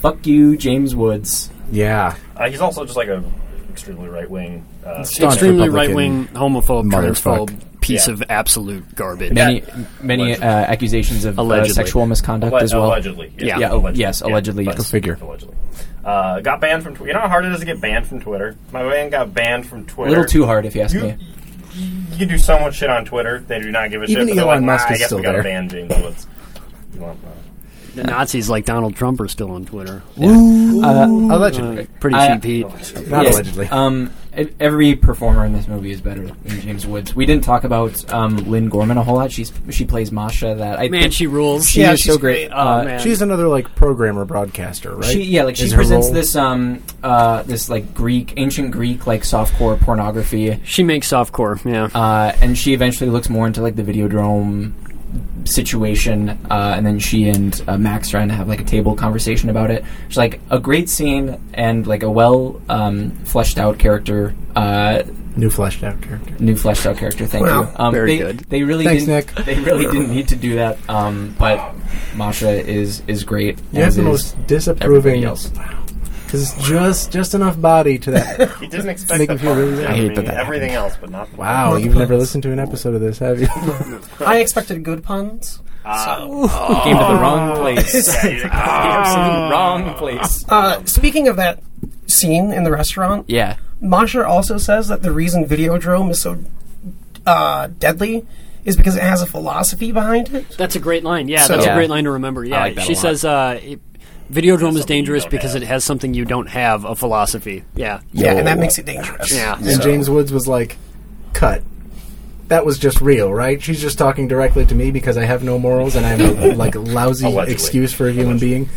Speaker 2: Fuck you, James Woods.
Speaker 3: Yeah.
Speaker 1: Uh, he's also just like a extremely right wing. Uh,
Speaker 3: staunch
Speaker 5: Extremely
Speaker 3: Republican
Speaker 5: right wing, homophobe,
Speaker 3: motherfucker.
Speaker 5: transphobe piece
Speaker 1: Yeah.
Speaker 5: of absolute garbage.
Speaker 2: Many, many uh, accusations of uh,
Speaker 5: Allegedly.
Speaker 2: sexual misconduct
Speaker 1: alle-
Speaker 2: as well.
Speaker 1: Allegedly.
Speaker 5: Yeah.
Speaker 2: Yeah, oh, yes, allegedly,
Speaker 1: but-
Speaker 2: yes. Go
Speaker 3: figure.
Speaker 1: Allegedly. Uh, got banned from Twitter. You know how hard it is to get banned from Twitter? My band got banned from
Speaker 2: A
Speaker 1: Twitter.
Speaker 2: little too hard, if you ask
Speaker 1: You,
Speaker 2: me.
Speaker 1: you can do so much shit on Twitter. They do not give a shit.
Speaker 3: Even
Speaker 1: but they're like,
Speaker 3: Elon Musk
Speaker 1: "Ah, I
Speaker 3: is
Speaker 1: guess
Speaker 3: still
Speaker 1: we gotta
Speaker 3: there."
Speaker 1: ban James Woods. Elon Musk.
Speaker 5: The Nazis like Donald Trump are still on Twitter.
Speaker 2: Uh,
Speaker 1: Oh,
Speaker 5: Uh,
Speaker 3: Allegedly.
Speaker 5: Pretty
Speaker 2: I-
Speaker 5: cheap heat.
Speaker 3: Not
Speaker 2: Yes.
Speaker 3: allegedly.
Speaker 2: Um, e- every performer in this movie is better than James Woods. We didn't talk about um, Lynn Gorman a whole lot. She's she plays Masha. That I
Speaker 5: Man,
Speaker 2: think
Speaker 5: she rules. Oh,
Speaker 2: she
Speaker 6: Yeah,
Speaker 2: is
Speaker 6: she's
Speaker 2: so great.
Speaker 6: great.
Speaker 2: Uh,
Speaker 5: man.
Speaker 3: She's another like programmer broadcaster, right?
Speaker 2: She yeah, like she
Speaker 3: Is her
Speaker 2: presents
Speaker 3: role-
Speaker 2: this um uh this like Greek ancient Greek like softcore pornography.
Speaker 5: She makes softcore. Yeah.
Speaker 2: Uh, and she eventually looks more into like the Videodrome situation, uh, and then she and uh, Max trying to have like a table conversation about it. She's like a great scene and like a well um, fleshed out character. Uh,
Speaker 3: new fleshed out character.
Speaker 2: new fleshed out character. Thank
Speaker 6: Wow.
Speaker 2: you. Um,
Speaker 5: Very
Speaker 2: they,
Speaker 5: good.
Speaker 2: They really
Speaker 3: Thanks,
Speaker 2: didn't,
Speaker 3: Nick.
Speaker 2: They really didn't need to do that. Um, but Masha is is great.
Speaker 3: You have
Speaker 2: as
Speaker 3: the
Speaker 2: is
Speaker 3: most
Speaker 2: everybody
Speaker 3: disapproving
Speaker 2: else.
Speaker 3: because just just enough body to that.
Speaker 1: He didn't expect
Speaker 3: Make
Speaker 1: that.
Speaker 3: me feel
Speaker 1: part.
Speaker 3: really bad.
Speaker 1: I
Speaker 3: I
Speaker 2: hate
Speaker 1: mean,
Speaker 2: that that
Speaker 1: everything else, but not.
Speaker 3: wow, you've never listened to an episode of this, have you?
Speaker 6: I expected good puns. so.
Speaker 2: Came to the wrong place.
Speaker 1: Yeah, you-
Speaker 2: the absolute wrong place.
Speaker 6: uh, speaking of that scene in the restaurant,
Speaker 2: Yeah.
Speaker 6: Masha also says that the reason Videodrome is so uh, deadly is because it has a philosophy behind it.
Speaker 5: That's a great line. Yeah,
Speaker 6: So-
Speaker 5: that's
Speaker 2: Yeah.
Speaker 5: a great line to remember. Yeah,
Speaker 2: like that
Speaker 5: she
Speaker 2: a lot.
Speaker 5: says, uh, it, "Videodrome is dangerous
Speaker 1: don't
Speaker 5: because
Speaker 1: have.
Speaker 5: it has something you don't have, a philosophy." Yeah,
Speaker 6: Yeah, and that makes it dangerous.
Speaker 5: yeah.
Speaker 3: and James Woods was like, "Cut." That was just real, right? She's just talking directly to me because I have no morals and I'm a, like a lousy
Speaker 1: Allegedly.
Speaker 3: excuse for a human being.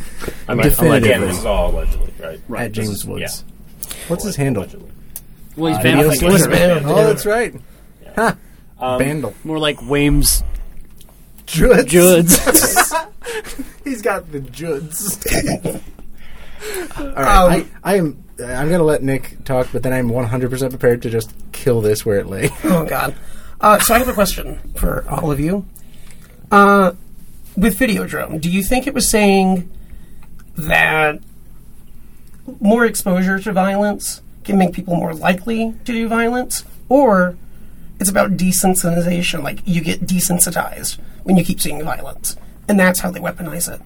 Speaker 1: I mean,
Speaker 3: Definitively.
Speaker 1: Again, this is all allegedly, right?
Speaker 5: Right.
Speaker 3: At James
Speaker 1: yeah.
Speaker 3: Woods. What's his handle?
Speaker 1: Allegedly.
Speaker 5: Well, he's
Speaker 1: Uh,
Speaker 5: banned
Speaker 1: Video
Speaker 5: from
Speaker 1: Slinger.
Speaker 5: Twitter.
Speaker 1: Bandle. Um,
Speaker 3: Oh, that's right. Huh. Bandle.
Speaker 5: More like Wames
Speaker 3: Juds.
Speaker 5: Juds.
Speaker 3: He's got the juds. All right,
Speaker 6: Um,
Speaker 3: I, I am. I'm gonna let Nick talk, but then I'm 100 percent prepared to just kill this where it lay.
Speaker 6: Oh God. Uh, so I have a question for all of you. Uh, with Videodrome, do you think it was saying that more exposure to violence can make people more likely to do violence, or it's about desensitization? Like you get desensitized when you keep seeing violence, and that's how they weaponize it.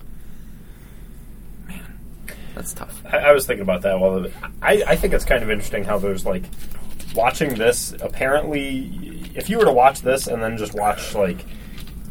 Speaker 2: That's tough.
Speaker 1: I, I was thinking about that. Well, I, I think it's kind of interesting how there's like watching this. Apparently, if you were to watch this and then just watch like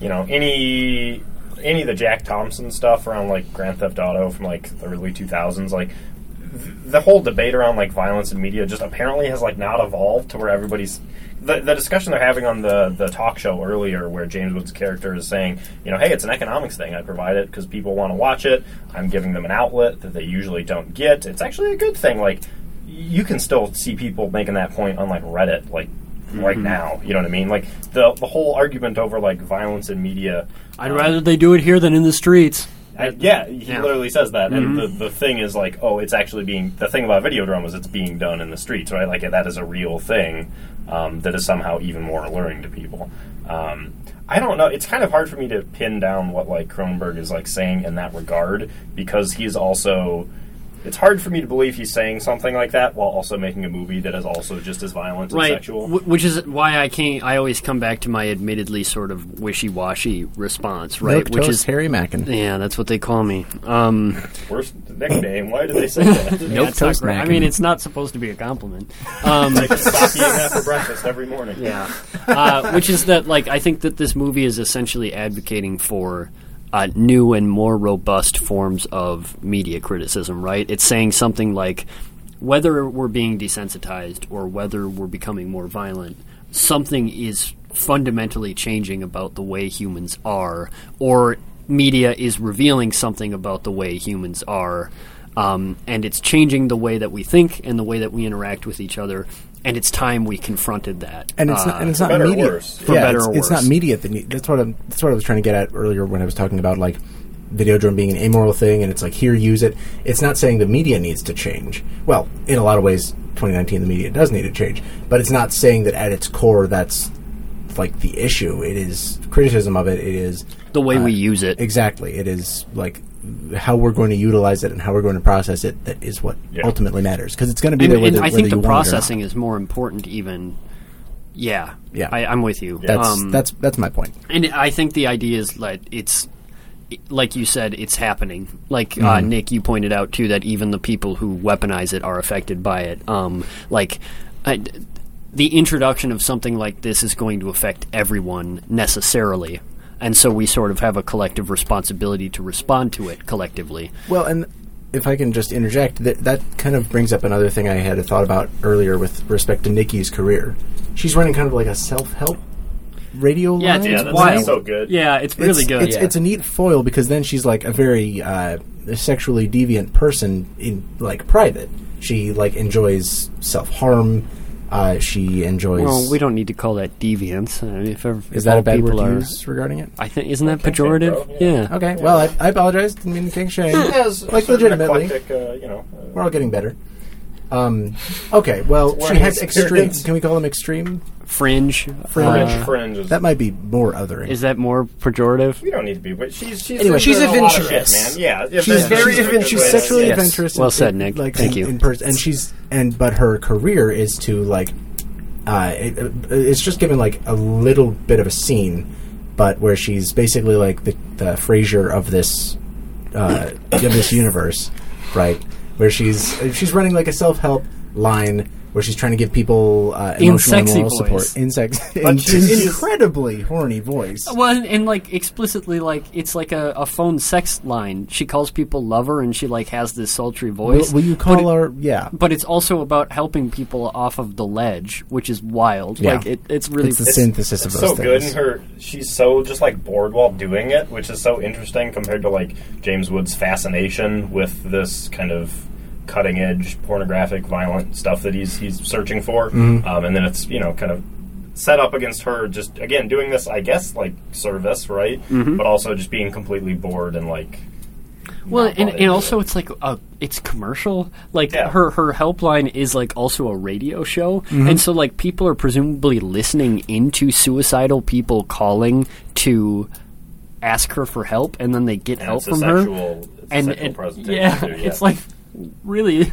Speaker 1: you know any any of the Jack Thompson stuff around like Grand Theft Auto from like the early 2000s, like th- the whole debate around like violence in media just apparently has like not evolved to where everybody's the, the discussion they're having on the the talk show earlier where James Woods' character is saying, you know, hey, it's an economics thing. I provide it because people want to watch it. I'm giving them an outlet that they usually don't get. It's actually a good thing. Like you can still see people making that point on like Reddit, like right now. You know what I mean? Like the the whole argument over like violence in media.
Speaker 5: I'd rather they do it here than in the streets.
Speaker 1: I, yeah, he
Speaker 5: Yeah. Mm-hmm.
Speaker 1: literally says that. And the, the thing is like, oh, it's actually being the thing about Videodrome is it's being done in the streets, right? Like that is a real thing um, that is somehow even more alluring to people. Um, I don't know. It's kind of hard for me to pin down what like Kronberg is like saying in that regard because he's also It's hard for me to believe he's saying something like that while also making a movie that is also just as violent and
Speaker 5: right,
Speaker 1: sexual.
Speaker 5: wh- which is why I can't. I always come back to my admittedly sort of wishy-washy response, right?
Speaker 3: Milk
Speaker 5: which
Speaker 3: toast
Speaker 5: is
Speaker 3: Harry Mackin.
Speaker 5: yeah, that's what they call me. Um,
Speaker 1: Worst nickname. Why did they say that?
Speaker 5: yeah, it's not
Speaker 3: toast
Speaker 5: great. I
Speaker 3: mackin'.
Speaker 5: mean, it's not supposed to be a compliment. Um,
Speaker 1: Like sake and that for breakfast every morning.
Speaker 5: Yeah, uh, which is that like I think that this movie is essentially advocating for uh, new and more robust forms of media criticism. Right? It's saying something like whether we're being desensitized or whether we're becoming more violent, something is fundamentally changing about the way humans are, or media is revealing something about the way humans are. Um, and it's changing the way that we think and the way that we interact with each other. And it's time we confronted that.
Speaker 3: and it's
Speaker 5: Uh,
Speaker 3: not, and it's not
Speaker 1: Ah, better or
Speaker 3: media.
Speaker 1: worse.
Speaker 5: For
Speaker 3: yeah,
Speaker 5: better
Speaker 3: it's,
Speaker 5: or
Speaker 3: it's not
Speaker 5: worse.
Speaker 3: media. That need, that's what I'm, that's what I was trying to get at earlier when I was talking about like video drum being an amoral thing, and it's like here use it. It's not saying the media needs to change. Well, in a lot of ways, 2019 the media does need to change, but it's not saying that at its core that's like the issue. It is criticism of it. It is
Speaker 5: the way we use it.
Speaker 3: exactly. It is like how we're going to utilize it and how we're going to process it. That is what
Speaker 1: Yeah.
Speaker 3: ultimately matters because it's going to be
Speaker 5: And,
Speaker 3: there. Whether,
Speaker 5: and I
Speaker 3: whether
Speaker 5: think
Speaker 3: you
Speaker 5: the
Speaker 3: want it or not.
Speaker 5: processing is more important, even. Yeah,
Speaker 3: Yeah.
Speaker 5: I, I'm with you. Um,
Speaker 3: That's that's that's my point.
Speaker 5: and I think the idea is like it's like you said, it's happening. Like uh,
Speaker 3: Mm-hmm.
Speaker 5: Nick, you pointed out too that even the people who weaponize it are affected by it. Um, like I, the introduction of something like this is going to affect everyone necessarily. And so we sort of have a collective responsibility to respond to it collectively.
Speaker 3: Well, and if I can just interject, that that kind of brings up another thing I had a thought about earlier with respect to Nikki's career. She's running kind of like a self-help radio
Speaker 5: Yeah,
Speaker 3: line.
Speaker 5: it's-
Speaker 1: Yeah,
Speaker 5: it's
Speaker 1: that's
Speaker 5: wild.
Speaker 1: so good.
Speaker 5: Yeah, it's really
Speaker 3: It's-
Speaker 5: good.
Speaker 3: It's, it's a neat foil because then she's like a very uh, sexually deviant person in like private. She like enjoys self-harm. Uh, she enjoys.
Speaker 5: Well, we don't need to call that deviance. I mean, if ev-
Speaker 3: is
Speaker 5: if
Speaker 3: that
Speaker 5: all
Speaker 3: a bad word
Speaker 5: people
Speaker 3: to
Speaker 5: are,
Speaker 3: use regarding it?
Speaker 5: I think isn't that
Speaker 1: Okay, bro,
Speaker 5: pejorative?
Speaker 1: yeah.
Speaker 5: yeah.
Speaker 3: Okay. Well, I, I apologize. Didn't mean to take shade.
Speaker 1: Yeah, it's
Speaker 3: Like,
Speaker 1: sort of an
Speaker 3: legitimately.
Speaker 1: eclectic, uh, you know, uh,
Speaker 3: We're all getting better. Um, okay, well, she
Speaker 1: Learning
Speaker 3: had extreme.
Speaker 1: experience.
Speaker 3: Can we call them extreme?
Speaker 5: Fringe.
Speaker 3: Fringe.
Speaker 5: uh,
Speaker 1: French fringe. Is,
Speaker 3: That might be more othering.
Speaker 5: Is that more pejorative?
Speaker 1: we don't need to be. But she's she's
Speaker 3: Anyway,
Speaker 1: she's,
Speaker 6: she's
Speaker 1: doing a lot of shit,
Speaker 6: adventurous.
Speaker 1: man. Yeah, if
Speaker 3: She's
Speaker 1: that's-
Speaker 6: very
Speaker 1: a good
Speaker 6: adventurous.
Speaker 1: way to-
Speaker 3: she's sexually
Speaker 5: Yes.
Speaker 3: adventurous.
Speaker 5: Well
Speaker 3: in-
Speaker 5: said,
Speaker 3: in-
Speaker 5: Nick.
Speaker 3: Like,
Speaker 5: Thank
Speaker 3: in,
Speaker 5: you.
Speaker 3: In person, and she's and but her career is to like, uh, it, it's just given like a little bit of a scene, but where she's basically like the the Frasier of this, uh, of this universe, right? Where she's she's running like a self help line. Where she's trying to give people uh,
Speaker 5: In
Speaker 3: emotional and
Speaker 5: sexy
Speaker 3: moral
Speaker 5: voice.
Speaker 3: support in sex, in,
Speaker 1: she's-
Speaker 3: incredibly horny voice.
Speaker 5: Well, and, and, like explicitly, like it's like a, a phone sex line. She calls people lover, and she like has this sultry
Speaker 3: Will,
Speaker 5: voice.
Speaker 3: will you
Speaker 5: but
Speaker 3: call
Speaker 5: it-
Speaker 3: her? Yeah,
Speaker 5: But it's also about helping people off of the ledge, which is wild.
Speaker 3: Yeah.
Speaker 5: Like it, it's really
Speaker 3: it's the synthesis of
Speaker 1: It's
Speaker 3: those
Speaker 1: so
Speaker 3: things.
Speaker 1: good, and her she's so just like bored while doing it, which is so interesting compared to like James Woods' fascination with this kind of cutting edge pornographic violent stuff that he's he's searching for,
Speaker 3: Mm-hmm.
Speaker 1: um, and then it's you know kind of set up against her just again doing this I guess like service right,
Speaker 3: Mm-hmm.
Speaker 1: but also just being completely bored and like
Speaker 5: Well,
Speaker 1: not
Speaker 5: and,
Speaker 1: bothered
Speaker 5: and
Speaker 1: to
Speaker 5: also
Speaker 1: it.
Speaker 5: it's like a, it's commercial. Like
Speaker 1: Yeah.
Speaker 5: her her helpline is like also a radio show,
Speaker 2: Mm-hmm.
Speaker 5: and so like people are presumably listening into suicidal people calling to ask her for help, and then they get
Speaker 1: and
Speaker 5: help
Speaker 1: it's a
Speaker 5: from her.
Speaker 1: sexual, it's a
Speaker 5: And,
Speaker 1: sexual
Speaker 5: and-
Speaker 1: presentation
Speaker 5: yeah,
Speaker 1: too, yeah.
Speaker 5: it's like really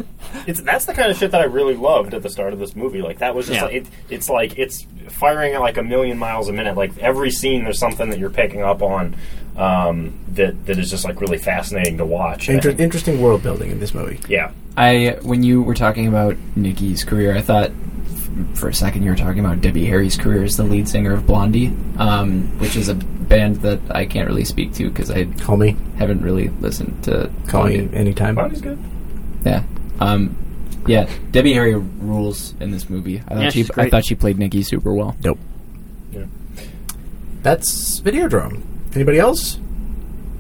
Speaker 1: It's that's the kind of shit that I really loved at the start of this movie. Like that was just
Speaker 5: Yeah.
Speaker 1: like, it, it's like it's firing at like a million miles a minute. Like every scene, there's something that you're picking up on um, that that is just like really fascinating to watch.
Speaker 3: Inter-
Speaker 1: And-
Speaker 3: interesting world building in this movie.
Speaker 1: yeah,
Speaker 2: I when you were talking about Nikki's career, I thought f- for a second you were talking about Debbie Harry's career as the lead singer of Blondie, um, which is a band that I can't really speak to because I
Speaker 3: Call me.
Speaker 2: haven't really listened to
Speaker 3: Call
Speaker 2: Blondie.
Speaker 3: me anytime.
Speaker 1: Bonnie's good.
Speaker 2: Yeah, um, yeah. Debbie Harry rules in this movie. I thought
Speaker 5: Yeah,
Speaker 2: she
Speaker 5: she's
Speaker 2: I
Speaker 5: great.
Speaker 2: thought she played Nikki super well.
Speaker 3: Nope.
Speaker 1: Yeah.
Speaker 3: That's Videodrome. Anybody else?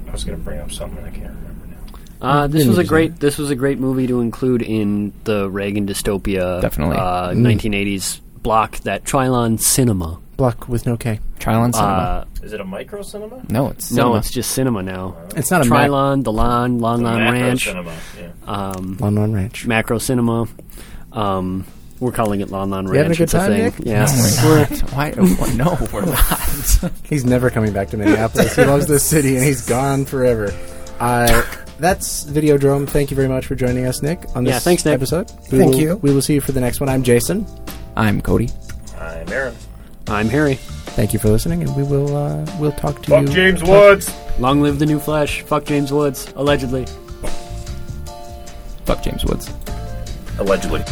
Speaker 1: I was gonna bring up something and I can't remember now.
Speaker 5: Uh, this
Speaker 3: Really
Speaker 5: was a
Speaker 3: design.
Speaker 5: great. This was a great movie to include in the Reagan dystopia,
Speaker 2: Definitely. Mm.
Speaker 5: uh, 1980s block that Trilon Cinema.
Speaker 3: Block with no K.
Speaker 2: Trial and cinema.
Speaker 5: Uh,
Speaker 1: Is it a micro cinema?
Speaker 2: no, it's
Speaker 5: no,
Speaker 2: cinema.
Speaker 5: it's just cinema now.
Speaker 3: It's not a Mac-
Speaker 5: Trilon, the Lon, Lon Lon
Speaker 1: Macro
Speaker 5: Ranch.
Speaker 1: cinema. Yeah.
Speaker 5: um,
Speaker 3: Lon Lon Ranch.
Speaker 5: Macro Cinema. Um, we're calling it Lon Lon Ranch.
Speaker 3: You having a good
Speaker 5: it's a
Speaker 3: time,
Speaker 5: thing.
Speaker 3: Nick?
Speaker 5: Yeah.
Speaker 2: No, we're not. Why? why- No, we're not.
Speaker 3: He's never coming back to Minneapolis. he loves this city and he's gone forever. Uh, that's Videodrome. Thank you very much for joining us, Nick, on this
Speaker 5: Yeah, thanks, Nick.
Speaker 3: episode. We
Speaker 6: Thank
Speaker 3: will-
Speaker 6: you.
Speaker 3: We will see you for the next one. I'm Jason.
Speaker 2: I'm Cody.
Speaker 1: I'm Aaron.
Speaker 5: I'm Harry.
Speaker 3: Thank you for listening, and we will uh, we'll talk to
Speaker 1: Fuck
Speaker 3: you.
Speaker 1: James
Speaker 3: talk-
Speaker 1: Woods.
Speaker 5: Long live the new Flash. Fuck James Woods, allegedly.
Speaker 2: Fuck James Woods.
Speaker 1: Allegedly.